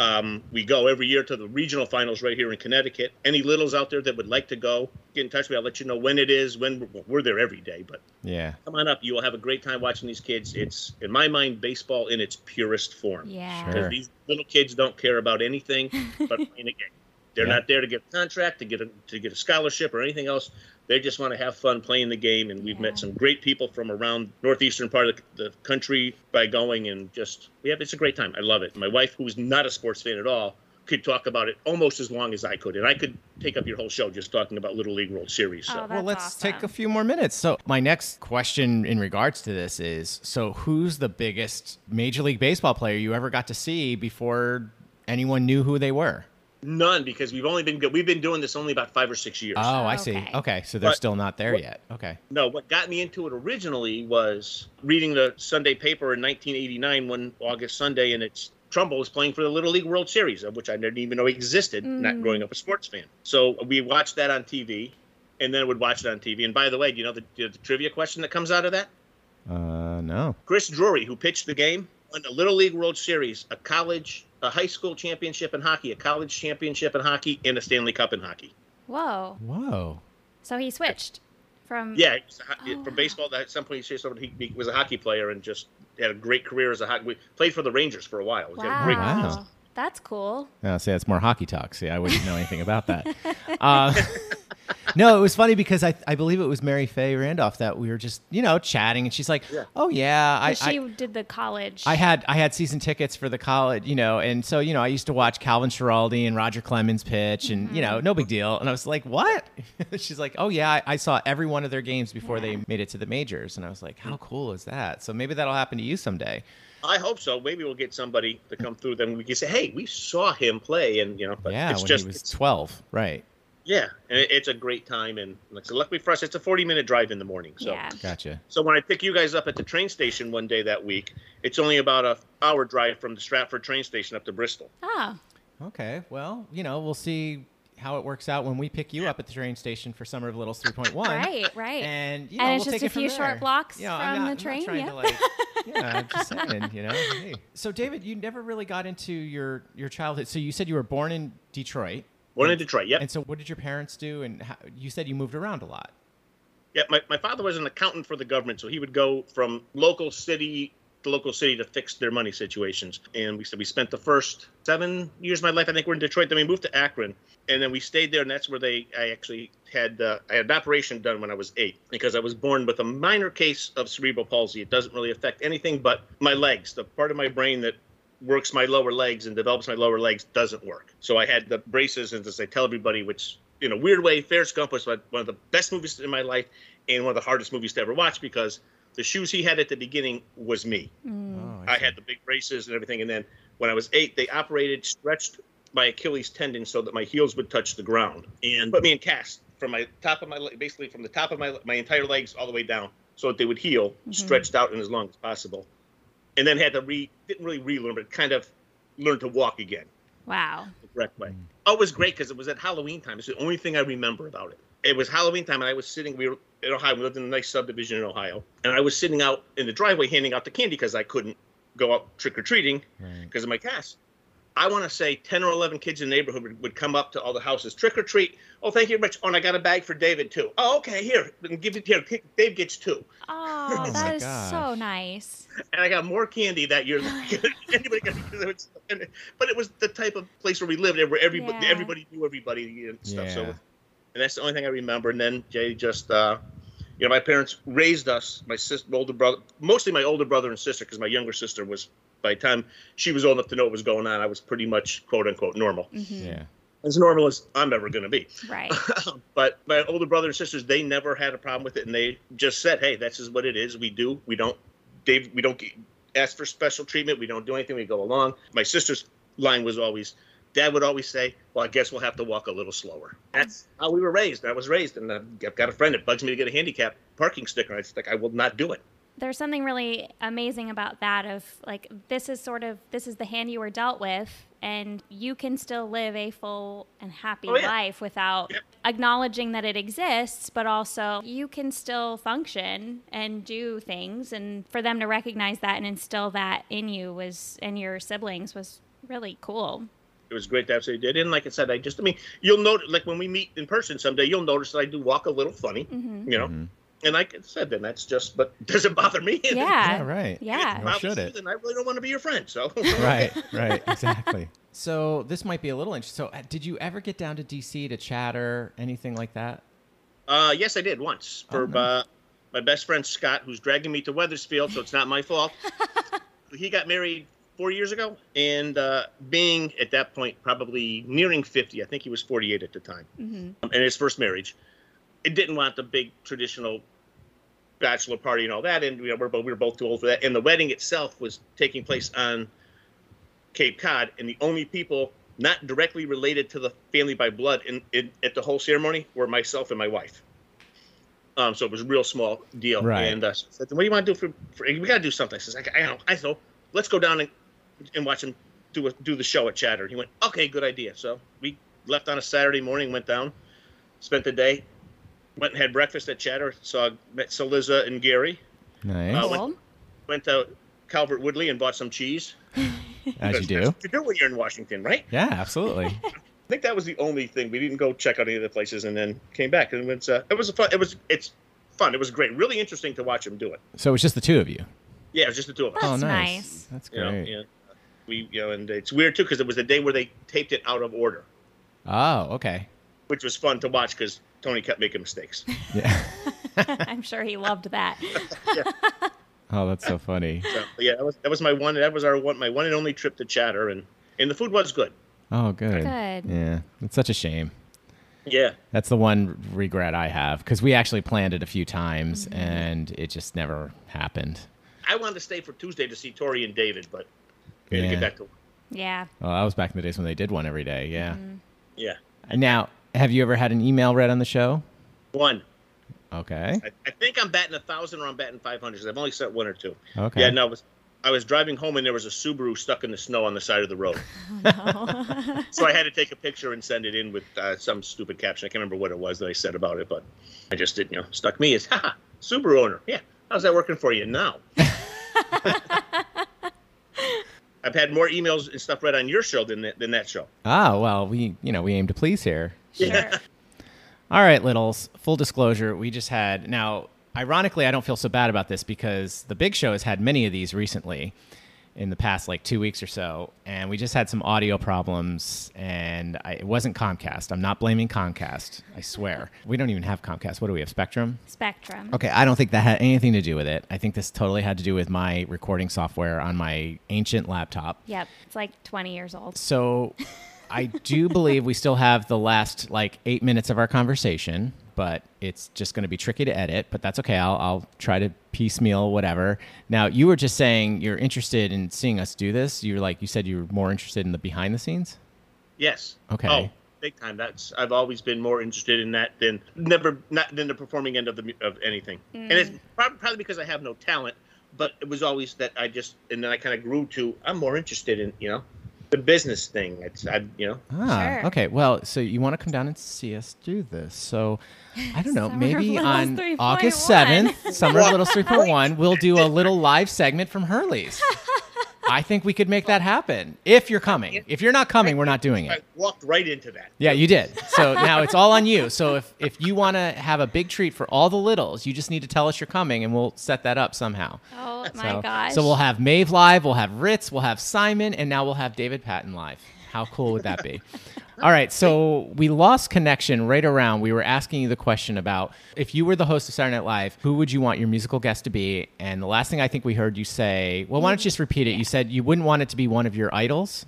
um, we go every year to the regional finals right here in connecticut any littles out there that would like to go get in touch with me i'll let you know when it is when we're, we're there every day but
Yeah.
come on up you will have a great time watching these kids it's in my mind baseball in its purest form
Yeah.
Sure.
because these little kids don't care about anything but playing a game. They're
Yeah.
not there to get a contract, to get a, to get a scholarship or anything else. They just want to have fun playing the game, and we've
Yeah.
met some great people from around northeastern part of the, the country by going and just yeah, it's a great time. I love it. My wife, who's not a sports fan at all, could talk about it almost as long as I could, and I could take up your whole show just talking about Little League World Series. So
Oh,
well,
that's
let's take a
awesome.
few more minutes. So, my next question in regards to this is so, who's the biggest Major League Baseball player you ever got to see before anyone knew who they were?
none because we've only been we've been doing this only about five or six years.
Oh, I see.
Okay.
Okay. So, they're
But-
still not there yet. Okay.
No, what got me into it originally was reading the Sunday paper in 1989, one August Sunday, and it's Trumbull was playing for the Little League World Series, of which I didn't even know existed, not growing up a sports fan. So we watched that on TV, and then would watch it on TV. And by the way, do you know the, the trivia question that comes out of that?
Uh, no.
Chris Drury, who pitched the game, won the Little League World Series, a college, a high school championship in hockey, a college championship in hockey, and a Stanley Cup in hockey.
Whoa.
Whoa.
So he switched from
Yeah, he was a ho-
Oh, wow.
from baseball. At some point, he switched over. He, he was a hockey player and just had a great career as a hockey. we Played for the Rangers for a while. He had a great-
Wow.
Wow.
That's cool.
No, see, that's more hockey talk. See, I wouldn't know anything about that. Uh, no, it was funny because I, I believe it was Mary Faye Randolph that we were just, you know, chatting, and she's like, "Oh yeah, I,
'Cause
I-
she did the college.
I had I had season tickets for the college, you know, and so you know I used to watch Calvin Schiraldi and Roger Clemens pitch, and you know, no big deal. And I was like, what? She's like, oh yeah, I, I saw every one of their games before they made it to the majors, and I was like, how cool is that? So maybe that'll happen to you someday.
I hope so. Maybe we'll get somebody to come through. Then we can say, "Hey, we saw him play," and you know, but
yeah,
it's
when
just
he was
it's-
twelve, right?
yeah, and it, it's a great time. And like, so luckily for us, it's a forty-minute drive in the morning. So,
yeah.
Gotcha.
so when I pick you guys up at the train station one day that week, it's only about a hour drive from the Stratford train station up to Bristol.
Oh,
Okay, well, you know, we'll see how it works out when we pick you up at the train station for Summer of Littles 3.1.
right, right.
And, you know,
And it's
we'll
just
take
a
it from
few short
there.
blocks
You know, I'm
from
not-
the train,
I'm not trying
yeah.
to, like- yeah, I'm just saying, you know. hey. So, David, you never really got into your, your childhood. So, you said you were born in Detroit.
Born in Detroit. Yep.
And so, what did your parents do? And how, you said you moved around a lot.
Yeah, my, my father was an accountant for the government, so he would go from local city to local city to fix their money situations. And we said we spent the first seven years of my life, I think we're in Detroit. Then we moved to Akron, and then we stayed there, and that's where they I actually had uh, I had an operation done when I was eight because I was born with a minor case of cerebral palsy. It doesn't really affect anything but my legs, the part of my brain that works my lower legs and develops my lower legs doesn't work. So I had the braces, and as I tell everybody, which in a weird way, Ferris Gump was one of the best movies in my life and one of the hardest movies to ever watch because the shoes he had at the beginning was me.
Mm.
Oh,
I
see.
had the big braces and everything, and then when I was eight, they operated, stretched my Achilles tendon so that my heels would touch the ground, and put me in casts from my top of my le- basically from the top of my my entire legs all the way down, so that they would heal, stretched out and as long as possible, and then had to re didn't really relearn, but kind of learn to walk again
wow.
the correct way. Oh, it was great because it was at Halloween time. It's the only thing I remember about it. It was Halloween time, and I was sitting. We were in Ohio. We lived in a nice subdivision in Ohio, and I was sitting out in the driveway handing out the candy because I couldn't go out trick or treating
Right.
because of my cast. I want to say ten or eleven kids in the neighborhood would, would come up to all the houses trick or treat. Oh, thank you very much. Oh, and I got a bag for David too. Oh, okay, here, then give it here. Dave gets two,
Oh,
my
that is so
gosh.
nice.
and I got more candy that year than anybody got. But it was the type of place where we lived, and where everybody
Yeah.
everybody knew everybody and stuff. So
Yeah.
and that's the only thing I remember. And then Jay just, uh, you know, my parents raised us, my sister, older brother, mostly my older brother and sister, because my younger sister was, by the time she was old enough to know what was going on, I was pretty much quote unquote normal,
Mhm.
Yeah.
as normal as I'm ever going to be.
Right.
but my older brother and sisters, they never had a problem with it, and they just said, "Hey, this is what it is. We do. We don't. They. We don't get, ask for special treatment. We don't do anything. We go along." My sister's line was always, "Dad would always say, well, I guess we'll have to walk a little slower.' That's how we were raised. I was raised, and I've got a friend that bugs me to get a handicap parking sticker. and It's like I will not do it.
There's something really amazing about that of like this is sort of this is the hand you were dealt with and you can still live a full and happy
Oh, yeah.
life without acknowledging that it exists, but also you can still function and do things. And for them to recognize that and instill that in you was, and your siblings was really cool.
It was great to have somebody did. And like I said, I just, I mean, you'll notice, like when we meet in person someday, you'll notice that I do walk a little funny,
Mm-hmm.
you
Mm-hmm.
know? And like I said, then that's just, but doesn't bother me. And
Yeah.
Yeah, right.
Yeah.
if
Nor
I was
should
you,
it?
Then I really don't want to be your friend. So,
right, right, exactly. So this might be a little interesting. So, uh, did you ever get down to DC to chatter anything like that?
uh, yes, I did once for uh, my best friend Scott, who's dragging me to Weathersfield, so it's not my fault. he got married four years ago, and uh, being at that point probably nearing 50, I think he was 48 at the time,
Mm-hmm.
um, and his first marriage, it didn't want the big traditional bachelor party and all that, and you know, we're, but we were both too old for that. And the wedding itself was taking place on Cape Cod, and the only people not directly related to the family by blood in, in at the whole ceremony were myself and my wife. Um, so it was a real small deal.
Right.
And uh, she said, "What do you want to do for? for we got to do something." I says, "I, I don't. I know. Let's go down and, and watch him do a, do the show at Chatter." And he went, "Okay, good idea." So we left on a Saturday morning, went down, spent the day, went and had breakfast at Chatter. Saw met Saliza and Gary.
Nice,
Oh, when-
Cool.
Went to Calvert Woodley and bought some cheese.
as you
That's
do.
what You do when you're in Washington, right?
Yeah, absolutely.
I think that was the only thing. We didn't go check out any of the places, and then came back. And it's uh, it was a fun. It was it's fun. It was great. Really interesting to watch him do it.
So it was just the two of you.
Yeah, it was just the two of us.
oh,
That's
nice.
nice.
That's
you know,
great.
and uh, we you know, and it's weird too because it was the day where they taped it out of order,
Oh, okay.
which was fun to watch because Tony kept making mistakes.
Yeah.
I'm sure he loved that.
Oh, that's so funny.
So, yeah, that was that was my one. That was our one. My one and only trip to Chatter, and and the food was good.
Oh, good.
Good.
Yeah, it's such a shame.
Yeah,
That's the one regret I have because we actually planned it a few times and it just never happened.
I wanted to stay for Tuesday to see Tori and David, but we had to
Yeah.
get back to work.
Yeah.
Well, that was back in the days when they did one every day. Yeah.
yeah
And Now, have you ever had an email read on the show?
one.
Okay.
I, I think I'm batting a thousand or I'm batting five hundred. I've only set one or two.
Okay.
Yeah, no, it was, I was driving home and there was a Subaru stuck in the snow on the side of the road. so I had to take a picture and send it in with uh, some stupid caption. I can't remember what it was that I said about it, but I just didn't. You know, stuck me as ha Subaru owner. Yeah, how's that working for you now? I've had more emails and stuff read on your show than that, than that show.
Ah, well, we you know we aim to please here.
Sure.
All right, Littles. Full disclosure, we just had now. Ironically, I don't feel so bad about this because the Big Show has had many of these recently in the past like two weeks or so, and we just had some audio problems, and I, it wasn't Comcast. I'm not blaming Comcast. I swear, we don't even have Comcast. What do we have? Spectrum.
Spectrum.
Okay, I don't think that had anything to do with it. I think this totally had to do with my recording software on my ancient laptop.
Yep. It's like 20 years old.
So I do believe we still have the last like eight minutes of our conversation, but it's just going to be tricky to edit, but that's okay. I'll, I'll try to piecemeal whatever. Now, you were just saying you're interested in seeing us do this. You're like, you said you were more interested in the behind the scenes.
Yes.
Okay.
Oh, big time. That's I've always been more interested in that than never not than the performing end of the mu- of anything. And it's prob- probably because I have no talent, but it was always that I just and then I kind of grew to I'm more interested in you know the business thing. It's I you know
Ah,
Sure.
okay. Well, so you want to come down and see us do this. So, I don't know,
Summer of
maybe
Littles
on
3.1.
August 7th, Summer of Littles 3.1, we'll do a little live segment from Hurley's. I think we could make that happen if you're coming. If you're not coming, we're not doing
I
it.
walked right into that.
Yeah, you did. So now it's all on you. So if, if you want to have a big treat for all the littles, you just need to tell us you're coming and we'll set that up somehow.
Oh my
so,
gosh.
So we'll have Mave live, we'll have Ritz, we'll have Simon, and now we'll have David Patton live. How cool would that be? All right, so we lost connection right around. We were asking you the question about if you were the host of Saturday Night Live, who would you want your musical guest to be? And the last thing I think we heard you say, well, why don't you just repeat it? You said you wouldn't want it to be one of your idols.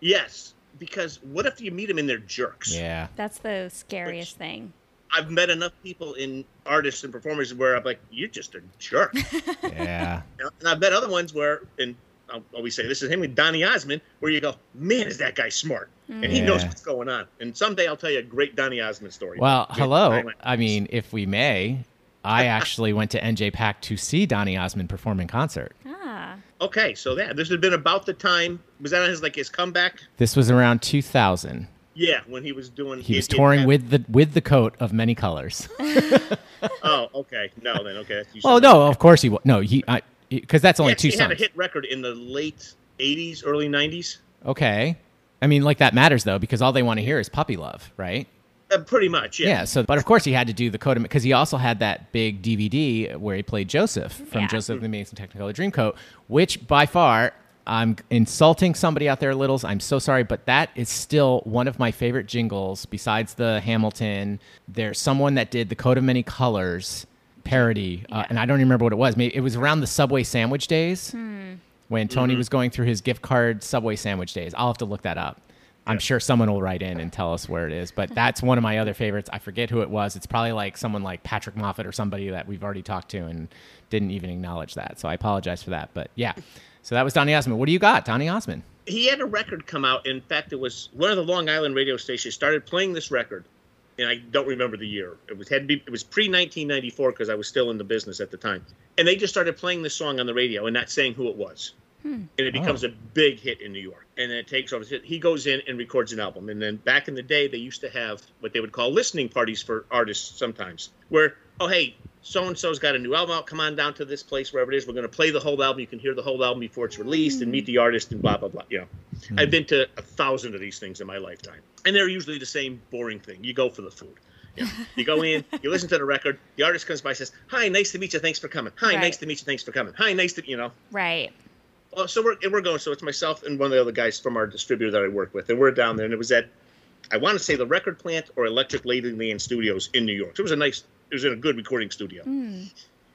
Yes, because what if you meet them and they're jerks?
Yeah.
That's the scariest thing.
I've met enough people in artists and performers where I'm like you're just a jerk.
Yeah.
You know, and I've met other ones where, and I'll always say this is him with Donny Osmond, where you go, man, is that guy smart, and he knows
Yeah.
what's going on. And someday I'll tell you a great Donny Osmond story.
Well,
Great
hello.
time.
I mean, if we may, I actually went to NJ Pack to see Donny Osmond perform in concert.
Ah.
okay, so yeah, this has been about the time. Was that on his like his comeback?
This was around 2000.
Yeah, when he was doing
He was
it- it
touring
had-
with the with the coat of many colors.
Oh, okay. No, then okay. That's
well, Oh, no, of course he was. No, he because that's
He
only two
actually had a
songs.
hit record in the late '80s, early '90s.
Okay, I mean, like that matters though because all they want to hear is puppy love, right?
Uh, pretty much, yeah.
Yeah. So, but of course, he had to do the code because he also had that big DVD where he played Joseph from
Yeah.
Joseph and the Amazing Technicolor Dreamcoat, which by far I'm insulting somebody out there, Littles. I'm so sorry, but that is still one of my favorite jingles. Besides the Hamilton, there's someone that did the Code of Many Colors parody, uh, and I don't even remember what it was. Maybe it was around the Subway sandwich days when
Mm-hmm.
Tony was going through his gift card Subway sandwich days. I'll have to look that up. I'm sure someone will write in and tell us where it is, but that's one of my other favorites. I forget who it was. It's probably like someone like Patrick Moffat or somebody that we've already talked to and didn't even acknowledge that. So I apologize for that. But yeah, so that was Donny Osmond. What do you got, Donny Osmond?
He had a record come out. In fact, it was one of the Long Island radio stations started playing this record, and I don't remember the year. It was had to be, it was pre 1994 because I was still in the business at the time, and they just started playing this song on the radio and not saying who it was. And it becomes a big hit in New York, and then it takes over. He goes in and records an album, and then back in the day, they used to have what they would call listening parties for artists sometimes, where oh hey, so and so's got a new album out. Come on down to this place, wherever it is. We're going to play the whole album. You can hear the whole album before it's released and meet the artist and blah, blah, blah. You know, I've been to a thousand of these things in my lifetime. And they're usually the same boring thing. You go for the food. You, know, you go in, you listen to the record. The artist comes by, says, Hi, nice to meet you. Thanks for coming. Hi,
Right.
nice to meet you. Thanks for coming. Hi, nice to, you know.
Right.
Well, so we're, and we're going. So it's myself and one of the other guys from our distributor that I work with, and we're down there. And it was at, I want to say the record plant or Electric Ladyland Studios in New York. So it was a nice, it was in a good recording studio.
Hmm.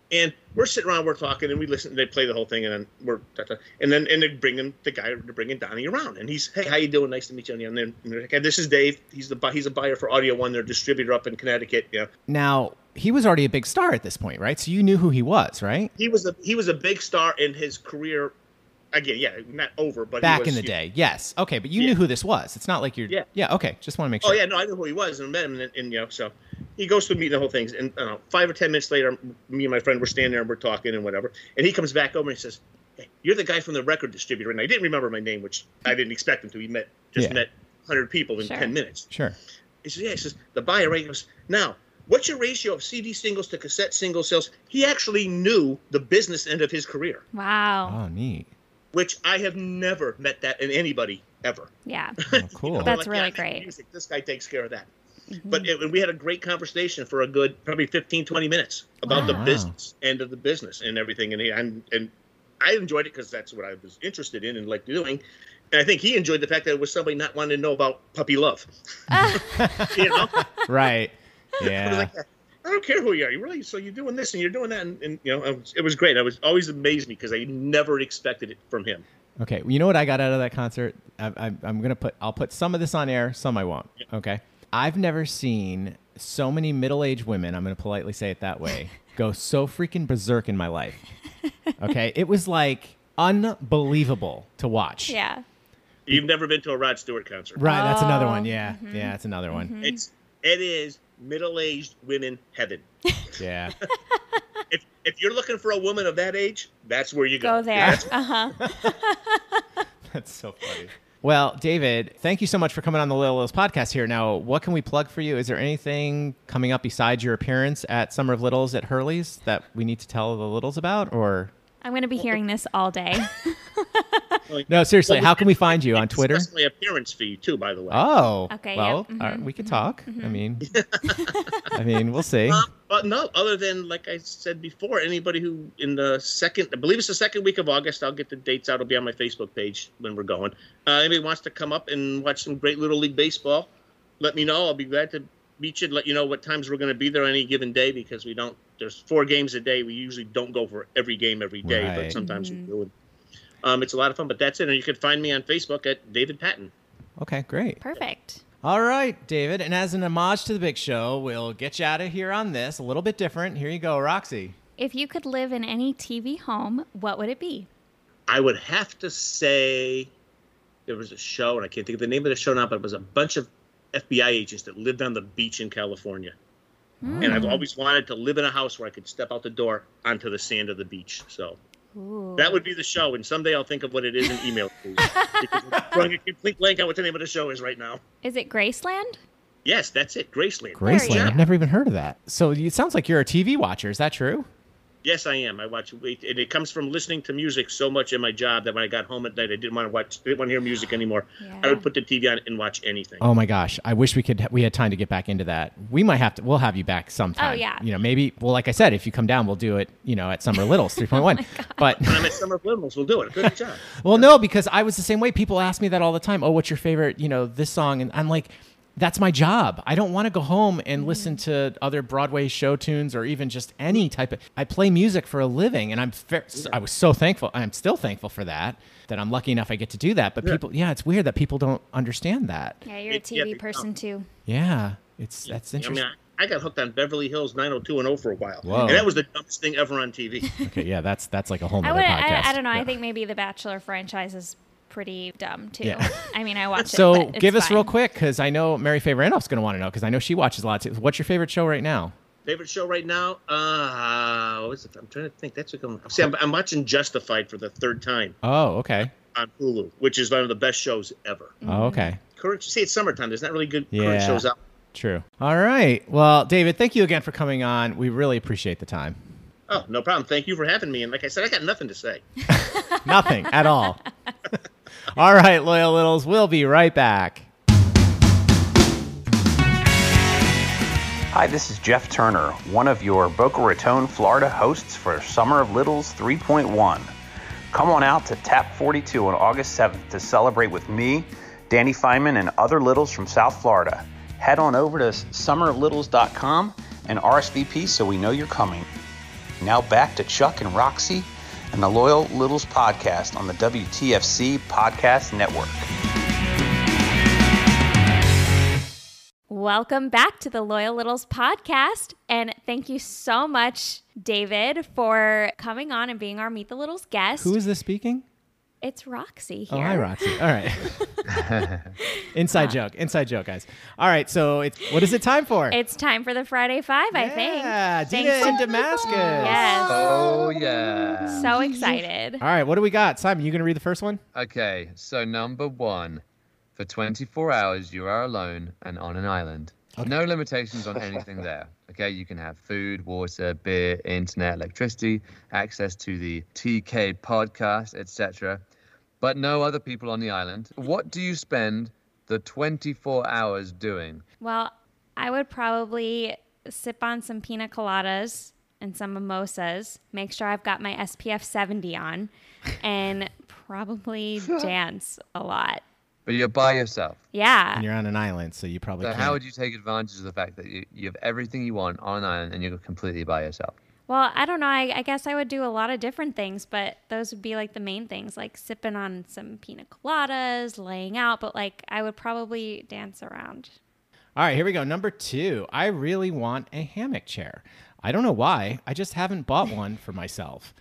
And we're sitting around, we're talking, and we listen. They play the whole thing, and then we're, ta- ta- and then and they're bringing the guy, they're bringing Donnie around, and he's, hey, how you doing? Nice to meet you. And then and they're like, "Hey, this is Dave. He's the bu- he's a buyer for Audio One, their distributor up in Connecticut. You know,
Now he was already a big star at this point, right? So you knew who he was, right?
he was a he was a big star in his career. Again, yeah, not over, but he
Back
was-
in the
he-
day, yes. Okay, but you
Yeah.
knew who this was. It's not like you're.
Yeah.
Yeah. Okay. Just want to make
Oh
sure.
yeah, no, I knew who he was and met him, and, and you know, so he goes to meet the whole thing. And I don't know, five or ten minutes later, m- me and my friend were standing there and we're talking and whatever. And he comes back over and he says, "Hey, you're the guy from the record distributor." And I didn't remember my name, which I didn't expect him to. He met just
Yeah.
met hundred people in
Sure.
ten minutes.
Sure.
He says, "Yeah." He says, "The buyer rate goes now." What's your ratio of CD singles to cassette single sales? He actually knew the business end of his career,
Wow.
Oh, neat.
which I have never met that in anybody ever.
Yeah.
Oh, cool.
That's
Like,
really
yeah, I make
great. Mm-hmm.
music. This guy takes care of that. But it, we had a great conversation for a good probably 15, 20 minutes about
Oh, Wow.
the business end of the business and everything. And, he, and, and I enjoyed it because that's what I was interested in and liked doing. And I think he enjoyed the fact that it was somebody not wanting to know about puppy love. you know,
right. Yeah.
I don't care who you are. You really so you're doing this and you're doing that, and, and you know I was- it was great. I was always amazed me because I never expected it from him.
Okay, you know what I got out of that concert? I, I, I'm gonna put. I'll put some of this on air, some I won't. Okay. I've never seen so many middle-aged women. I'm gonna politely say it that way. go so freaking berserk in my life. Okay, it was like unbelievable to watch.
Yeah.
You've never been to a Rod Stewart concert,
Right. That's another
Oh, Mm-hmm.
one. Yeah. Yeah. That's another one.
It's it is middle-aged women heaven.
Yeah.
if if you're looking for a woman of that age, that's where you go.
Go there.
That's-
Uh huh.
That's so funny. Well, David, thank you so much for coming on the Little Littles podcast here. Now, what can we plug for you? Is there anything coming up besides your appearance at Summer of Littles at Hurley's that we need to tell the Littles about, or
I'm going to be hearing this all day.
No, seriously, how can we find you on
It's
Twitter?
just my appearance fee too, by the way.
Oh,
Okay,
Well,
yep, mm-hmm,
all right, we could talk. I mean, I mean, we'll see.
Uh, but no, other than like I said before, anybody who in the second, I believe it's the second week of August, I'll get the dates out. It'll be on my Facebook page when we're going. Uh, anybody wants to come up and watch some great little league baseball, let me know. I'll be glad to meet you. and Let you know what times we're going to be there on any given day because we don't. There's four games a day. We usually don't go for every game every day,
Right.
but sometimes we do. Um, it's a lot of fun, but that's it. And you can find me on Facebook at David Patton.
Okay, great.
Perfect.
All right, David. And as an homage to the big show, we'll get you out of here on this a little bit different. Here you go, Roxy.
If you could live in any TV home, what would it be?
I would have to say there was a show, and I can't think of the name of the show now, but it was a bunch of FBI agents that lived on the beach in California.
Hmm.
And I've always wanted to live in a house where I could step out the door onto the sand of the beach. So That would be the show, and someday I'll think of what it is and email it to you. Because I'm drawing a complete blank on what the name of the show is right now.
Is it Graceland?
Yes, that's it, Graceland.
There you
Graceland. I've
go.
never even heard of that. So you- it sounds like you're a TV watcher. Is that true?
Yes, I am. I watch, and it comes from listening to music so much in my job that when I got home at night, I didn't want to watch, didn't want to hear music anymore. I
Yeah.
would put the TV on and watch anything.
Oh my gosh! I wish we could. We had time to get back into that. We might have to. We'll have you back sometime.
Oh, yeah.
You know, maybe. Well, like I said, if you come down, we'll do it. You know, at Summer Littles
Oh
3.1. but
When I'm at Summer of Limos, we'll do it. Good job.
well, no, because I was the same way. People ask me that all the time. Oh, what's your favorite? You know, this song, and I'm like, that's my job. I don't want to go home and
Mm-hmm.
listen to other Broadway show tunes or even just any type of. I play music for a living, and I'm. Fair, I was so thankful. I'm still thankful for that. That I'm lucky enough I get to do that. But people, yeah, it's weird that people don't understand that.
Yeah, you're a
It's- yeah,
TV
they-
person too.
Yeah, it's that's
I
interesting.
mean, I, I got hooked on Beverly Hills 90210 for a while,
Whoa.
and that was the dumbest thing ever on TV.
Okay, yeah, that's that's like a whole
I
nother
would.
podcast.
I, I don't know.
Yeah.
I think maybe the Bachelor franchise is pretty dumb too.
Yeah.
I mean, I watch it.
so.
but it's
Give us real
fine.
quick because I know Mary Faye Randolph's going to want to know because I know she watches a lot. Too. What's your favorite show right now?
Favorite show right now? Uh, what is it? I'm trying to think. That's what I'm. See, I'm, I'm watching Justified for the third time
Oh, okay.
on Hulu, which is one of the best shows ever.
Mm-hmm.
Oh, okay.
Current, see, it's summertime. There's not really good current
Yeah.
shows out.
True. All right. Well, David, thank you again for coming on. We really appreciate the time.
Oh, no problem. Thank you for having me. And like I said, I got nothing to say.
Nothing at all. all right, loyal littles. We'll be right back.
Hi, this is Jeff Turner, one of your Boca Raton, Florida hosts for Summer of Littles 3.1. Come on out to Tap 42 on August 7th to celebrate with me, Danny Feynman, and other Littles from South Florida. Head on over to summeroflittles.com and RSVP so we know you're coming. Now back to Chuck and Roxy and the Loyal Littles podcast on the WTFC Podcast Network.
Welcome back to the Loyal Littles podcast. And thank you so much, David, for coming on and being our Meet the Littles guest.
Who is this speaking?
it's Roxy here.
Oh, hi, Roxy. All right. Inside joke. Inside joke, guys. All right. So, it's, what is it time for?
It's time for the Friday Five, I think.
Yeah, Dina
Thanks.
in Damascus.
Yes.
Oh yeah.
So excited.
All right, what do we got? Simon, you going to read the first one?
Okay, so number one, for 24 hours you are alone and on an island. No limitations on anything there. Okay, you can have food, water, beer, internet, electricity, access to the TK podcast, etc. But no other people on the island. What do you spend the 24 hours doing?
Well, I would probably sip on some pina coladas and some mimosas, make sure I've got my SPF 70 on, and probably dance a lot.
But you're by yourself.
And
Yeah.
you're on an island, so you probably
So
can't.
how would you take advantage of the fact that you, you have everything you want on an island and you're completely by yourself?
Well, I don't know. I, I guess I would do a lot of different things, but those would be like the main things, like sipping on some pina coladas, laying out, but like I would probably dance around.
All right, here we go. Number two. I really want a hammock chair. I don't know why. I just haven't bought one for myself.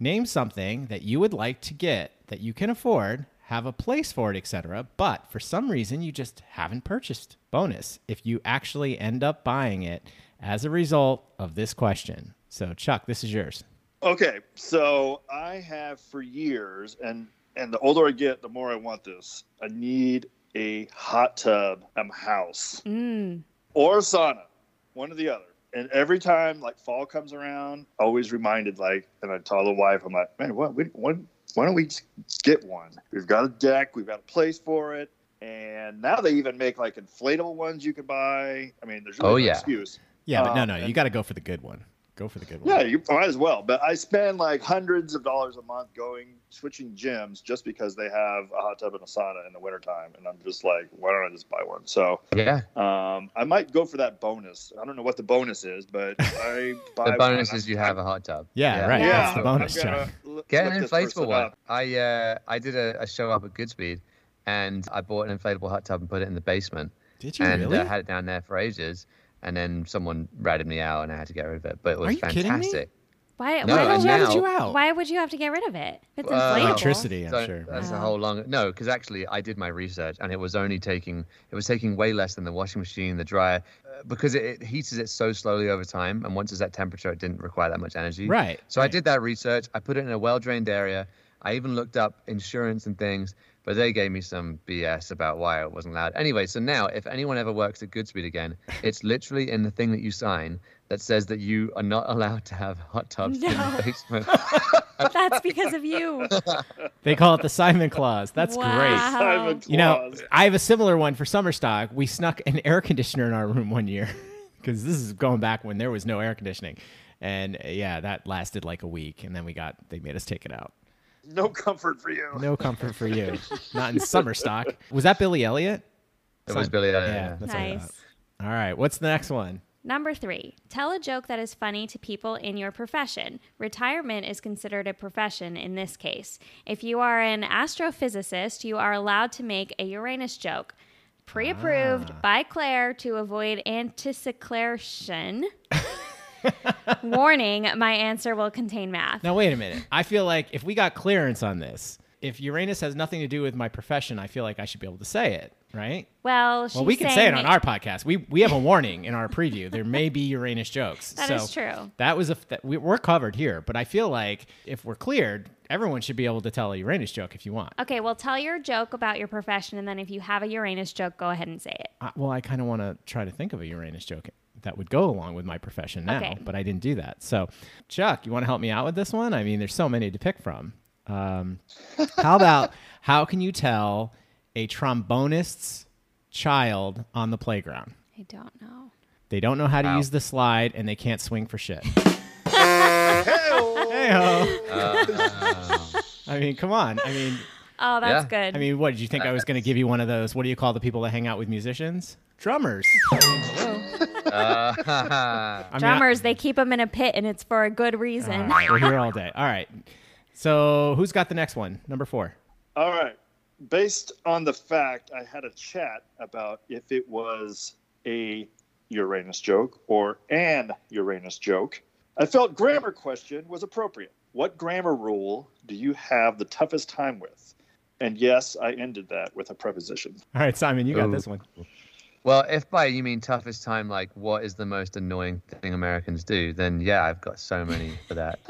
Name something that you would like to get that you can afford, have a place for it, etc. But for some reason, you just haven't purchased. Bonus if you actually end up buying it as a result of this question. So, Chuck, this is yours.
Okay, so I have for years, and and the older I get, the more I want this. I need a hot tub at my house
Mm.
or a sauna, one or the other. And every time like fall comes around, always reminded like, and I tell the wife, I'm like, man, what, we, when, why don't we just get one? We've got a deck, we've got a place for it, and now they even make like inflatable ones you could buy. I mean, there's really
Oh,
no
yeah.
excuse.
Yeah, but no,
Um,
no, you
and-
got to go for the good one. Go for the good one.
Yeah, you might as well. But I spend like hundreds of dollars a month going switching gyms just because they have a hot tub and a sauna in the wintertime. And I'm just like, why don't I just buy one? So
Yeah.
um, I might go for that bonus. I don't know what the bonus is, but I buy
The bonus
one.
is you have a hot tub.
Yeah, right.
Yeah,
That's the
I'm
bonus,
gonna l-
Get
look
an
this
inflatable
person
one.
up.
I uh, I did a, a show up at Goodspeed, and I bought an inflatable hot tub and put it in the basement,
Did you
and
really?
uh, had it down there for ages. And then someone ratted me out, and I had to get rid of it. But it was
you kidding me?
fantastic.
Why,
No,
why,
and
would you have
now-
to,
you out?
why would you have to get rid of it? It's
Uh,
inflatable.
Electricity, I'm
So
sure.
That's a
Wow.
whole long no, because actually I did my research, and it was only taking it was taking way less than the washing machine, the dryer. uh, because it, it heats it so slowly over time, and once it's at temperature, it didn't require that much energy.
Right,
So I
right.
did that research. I put it in a well-drained area. I even looked up insurance and things, but they gave me some BS about why it wasn't allowed. Anyway, so now if anyone ever works at Goodspeed again, it's literally in the thing that you sign that says that you are not allowed to have hot tubs in
No.
the basement.
That's because of you.
They call it the Simon Clause. That's great.
Wow.
Simon
You know,
Claus.
I have a similar one for summer stock. We snuck an air conditioner in our room one year because this is going back when there was no air conditioning. And uh, yeah, that lasted like a week. And then we got, they made us take it out.
no comfort for you.
No comfort for you. Not in summer stock. Was that Billy Elliot?
It was Billy Elliot. yeah.
that's what I
Nice.
thought. All right. What's the next one?
Number three, tell a joke that is funny to people in your profession. Retirement is considered a profession in this case. If you are an astrophysicist, you are allowed to make a Uranus joke, pre approved
Ah.
by Claire to avoid anticyclation. Warning, my answer will contain math.
Now, wait a minute. I feel like if we got clearance on this, if Uranus has nothing to do with my profession, I feel like I should be able to say it, right?
Well,
Well,
she's
we can say
saying
it on
that-
our podcast. We we have a warning in our preview. There may be Uranus jokes.
That
so
is true.
That was a f- that we, we're covered here, but I feel like if we're cleared, everyone should be able to tell a Uranus joke if you want.
Okay, well, tell your joke about your profession, and then if you have a Uranus joke, go ahead and say it.
I, well, I kind of want to try to think of a Uranus joke that would go along with my profession now,
Okay.
but I didn't do that. So, Chuck, you want to help me out with this one? I mean, there's so many to pick from. Um, how about how can you tell a trombonist's child on the playground?
I don't know.
They don't know how to
Wow.
use the slide and they can't swing for shit. Hey-ho. I mean, come on. I mean,
Oh, that's good.
I mean, what did you think I was going to give you one of those? What do you call the people that hang out with musicians? Drummers.
Uh,
I mean, I-
Drummers, they keep them in a pit, and it's for a good
All
reason.
right, we're here all day. All right. So who's got the next one? Number four.
All right. Based on the fact I had a chat about if it was a Uranus joke or an Uranus joke, I felt grammar question was appropriate. What grammar rule do you have the toughest time with? And yes, I ended that with a preposition.
All right, Simon, you got
Ooh.
this one.
well, if by you mean toughest time, like what is the most annoying thing Americans do, then yeah, I've got so many for that.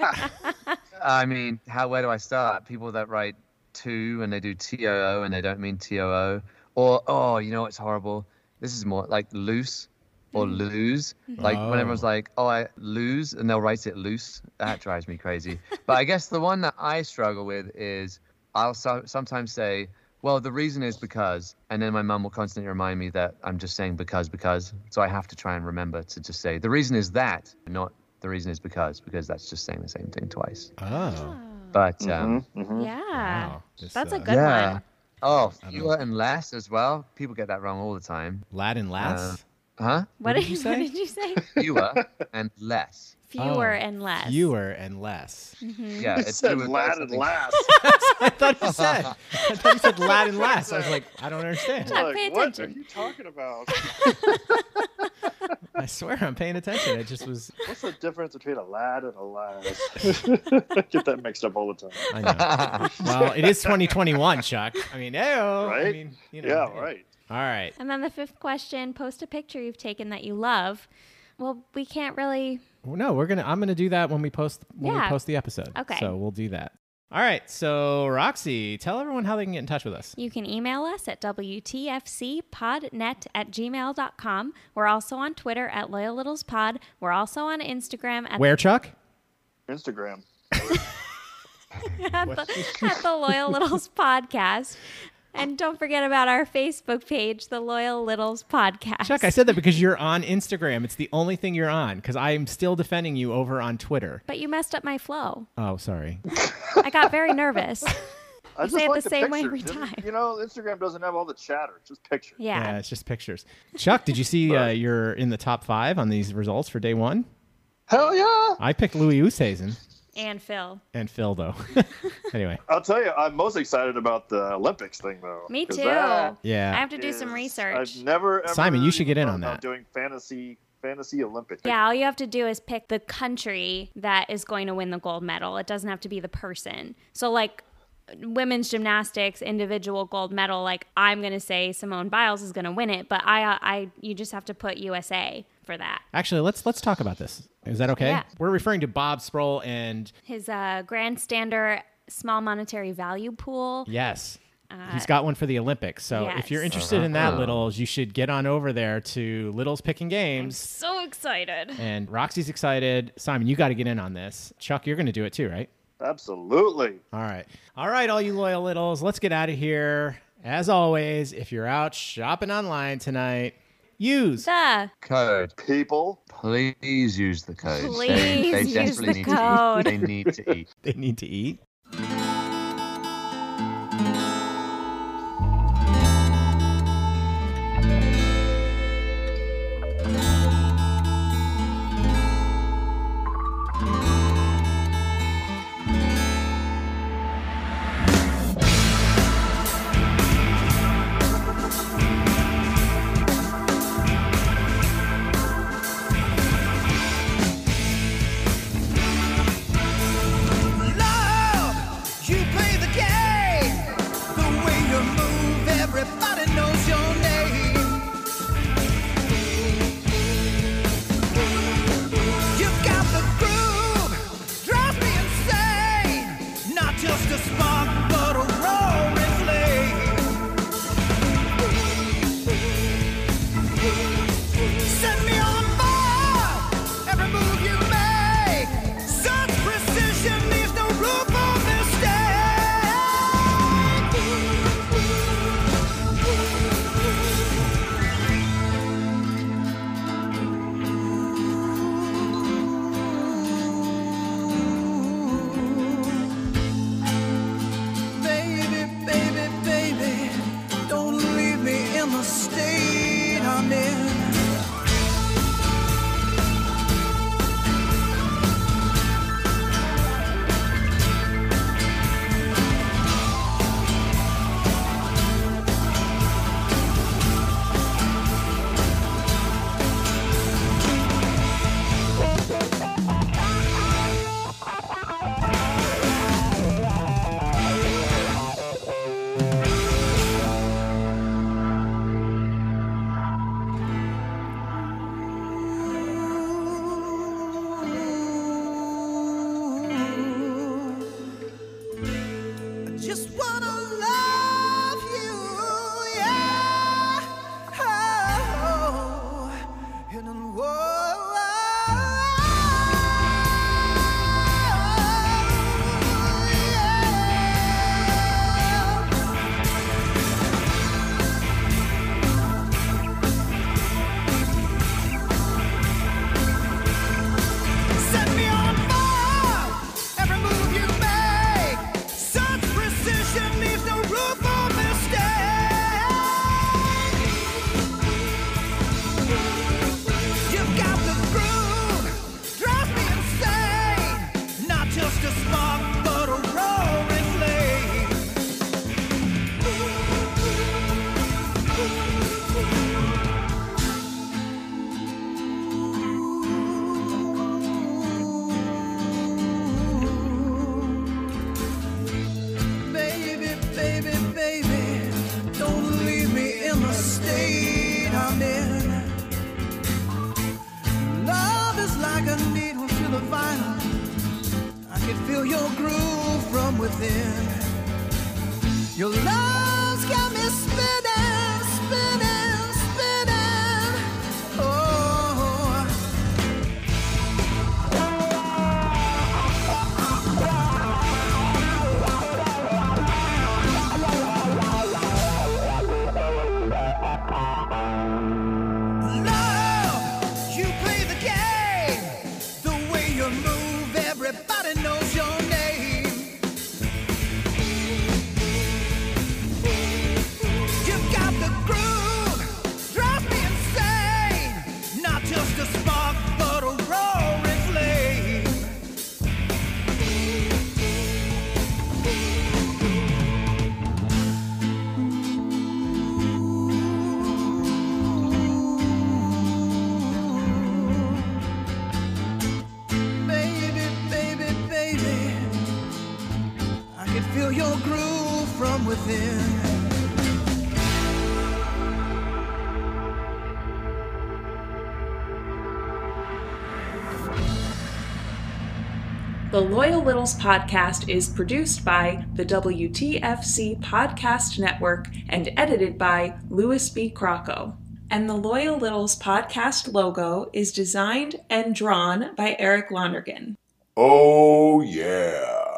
I mean, how where do I start? People that write two and they do T O O and they don't mean T O O, or oh, you know what's horrible? This is more like loose or lose. Like when everyone's
Oh.
like, oh, I lose, and they'll write it loose. That drives me crazy. but I guess the one that I struggle with is I'll so- sometimes say. Well, the reason is because, and then my mum will constantly remind me that I'm just saying because, because. So I have to try and remember to just say the reason is that, not the reason is because, because that's just saying the same thing twice.
Oh.
But um,
Yeah.
Uh-huh. Wow. This,
That's a
uh,
good
yeah.
one.
Mm-hmm. Oh, fewer and less as well. People get that wrong all the time.
Latin
Uh,
lass.
Huh?
What
did
did,
you
you,
say?
what did you say?
Fewer and less.
Fewer
Oh,
and
Uh,
less.
Fewer and less.
Mm-hmm.
Yeah,
It said
fewer,
lad
that's
and
something-
last.
I thought you said. I thought you said Latin lass. I was like, I don't understand.
Chuck, pay
like, what are
attention.
you talking about?
I swear I'm paying attention. It just was.
What's the difference between a lad and a lass? Get that mixed up all the time.
I know. well, it is 2021, Chuck. I mean, ayo. I
Right?
mean, you know,
Yeah, right.
All right.
And then the fifth question post a picture you've taken that you love. Well, we can't really.
Well, no, we're gonna. I'm gonna do that when we post when we
Yeah.
post the episode.
Okay.
So we'll do that. All right. So Roxy, tell everyone how they can get in touch with us.
You can email us at WTFCpodnet at gmail.com. We're also on Twitter at Loyal Littles Pod. We're also on Instagram at,
Where Chuck?
Instagram.
at, the, at the Loyal Littles Podcast. And don't forget about our Facebook page, the Loyal Littles Podcast.
Chuck, I said that because you're on Instagram. It's the only thing you're on because I'm still defending you over on Twitter.
But you messed up my flow.
Oh, sorry.
I got very nervous.
I
You
just
say it
like
the same way
pictures.
every
It doesn't-
time.
You know, Instagram doesn't have all the chatter; it's just pictures.
Yeah.
Yeah.
it's just pictures. Chuck, did you see uh, you're in the top five on these results for day one?
Hell yeah!
I picked Louis Oosthuizen
And Phil.
and Phil though. anyway,
I'll tell you, I'm most excited about the Olympics thing, though.
Me
'cause
too.
that
I
yeah.
have to do some
is-
research.
I've never. Ever
Simon, you should get in
thought
on
about
that.
Doing fantasy, fantasy Olympics.
Yeah, all you have to do is pick the country that is going to win the gold medal. It doesn't have to be the person. So, like, women's gymnastics individual gold medal, like I'm going to say Simone Biles is going to win it, but I, I, you just have to put USA for that.
Actually, let's let's talk about this. Is that okay?
Yeah.
We're referring to Bob Sproul and
His uh, grandstander small monetary value pool.
yes, he's got one for the Olympics. So if you're
Uh, yes.
interested in that, Littles, you should get on over there to Littles Picking Games.
So excited.
And Roxy's excited. Simon, you got to get in on this. Chuck, you're going to do it too, right?
Absolutely.
All right. All right, all you loyal littles, let's get out of here. As always, if you're out shopping online tonight, use
The
Code.
People,
Please use the code.
Please
they
use
desperately
the
need
code.
to eat. They need to eat.
they need to eat.
Love, you play the game. The way you move, everybody knows your name. You got the groove, drives me insane. Not just a spark, but a roaring flame. Send me on fire, every move you make. Such precision leaves no room for mistake. Baby, baby, baby, don't leave me in the state I'm in. I just wanna love you, yeah. Oh, and then, whoa, yeah. Set me on fire. Every move you make, such precision leaves no room for mistake. You've got the groove, drives me insane. Not just a spark, but a roaring flame. Baby, baby, baby, don't leave me in the state I'm in. Love is like a needle to the vinyl. I can feel your groove from within. Your love's got me spinning, spinning, spinning. Oh. Love, you play the game. The way you move, everybody knows your name. You've got the groove, drives me insane. Not just a spark, but a roaring flame. Baby, baby, baby, from within.
The Loyal Littles podcast is produced by the WTFC Podcast Network and edited by Louis B. Crocco. And the Loyal Littles podcast logo is designed and drawn by Eric Lonergan.
Oh, yeah.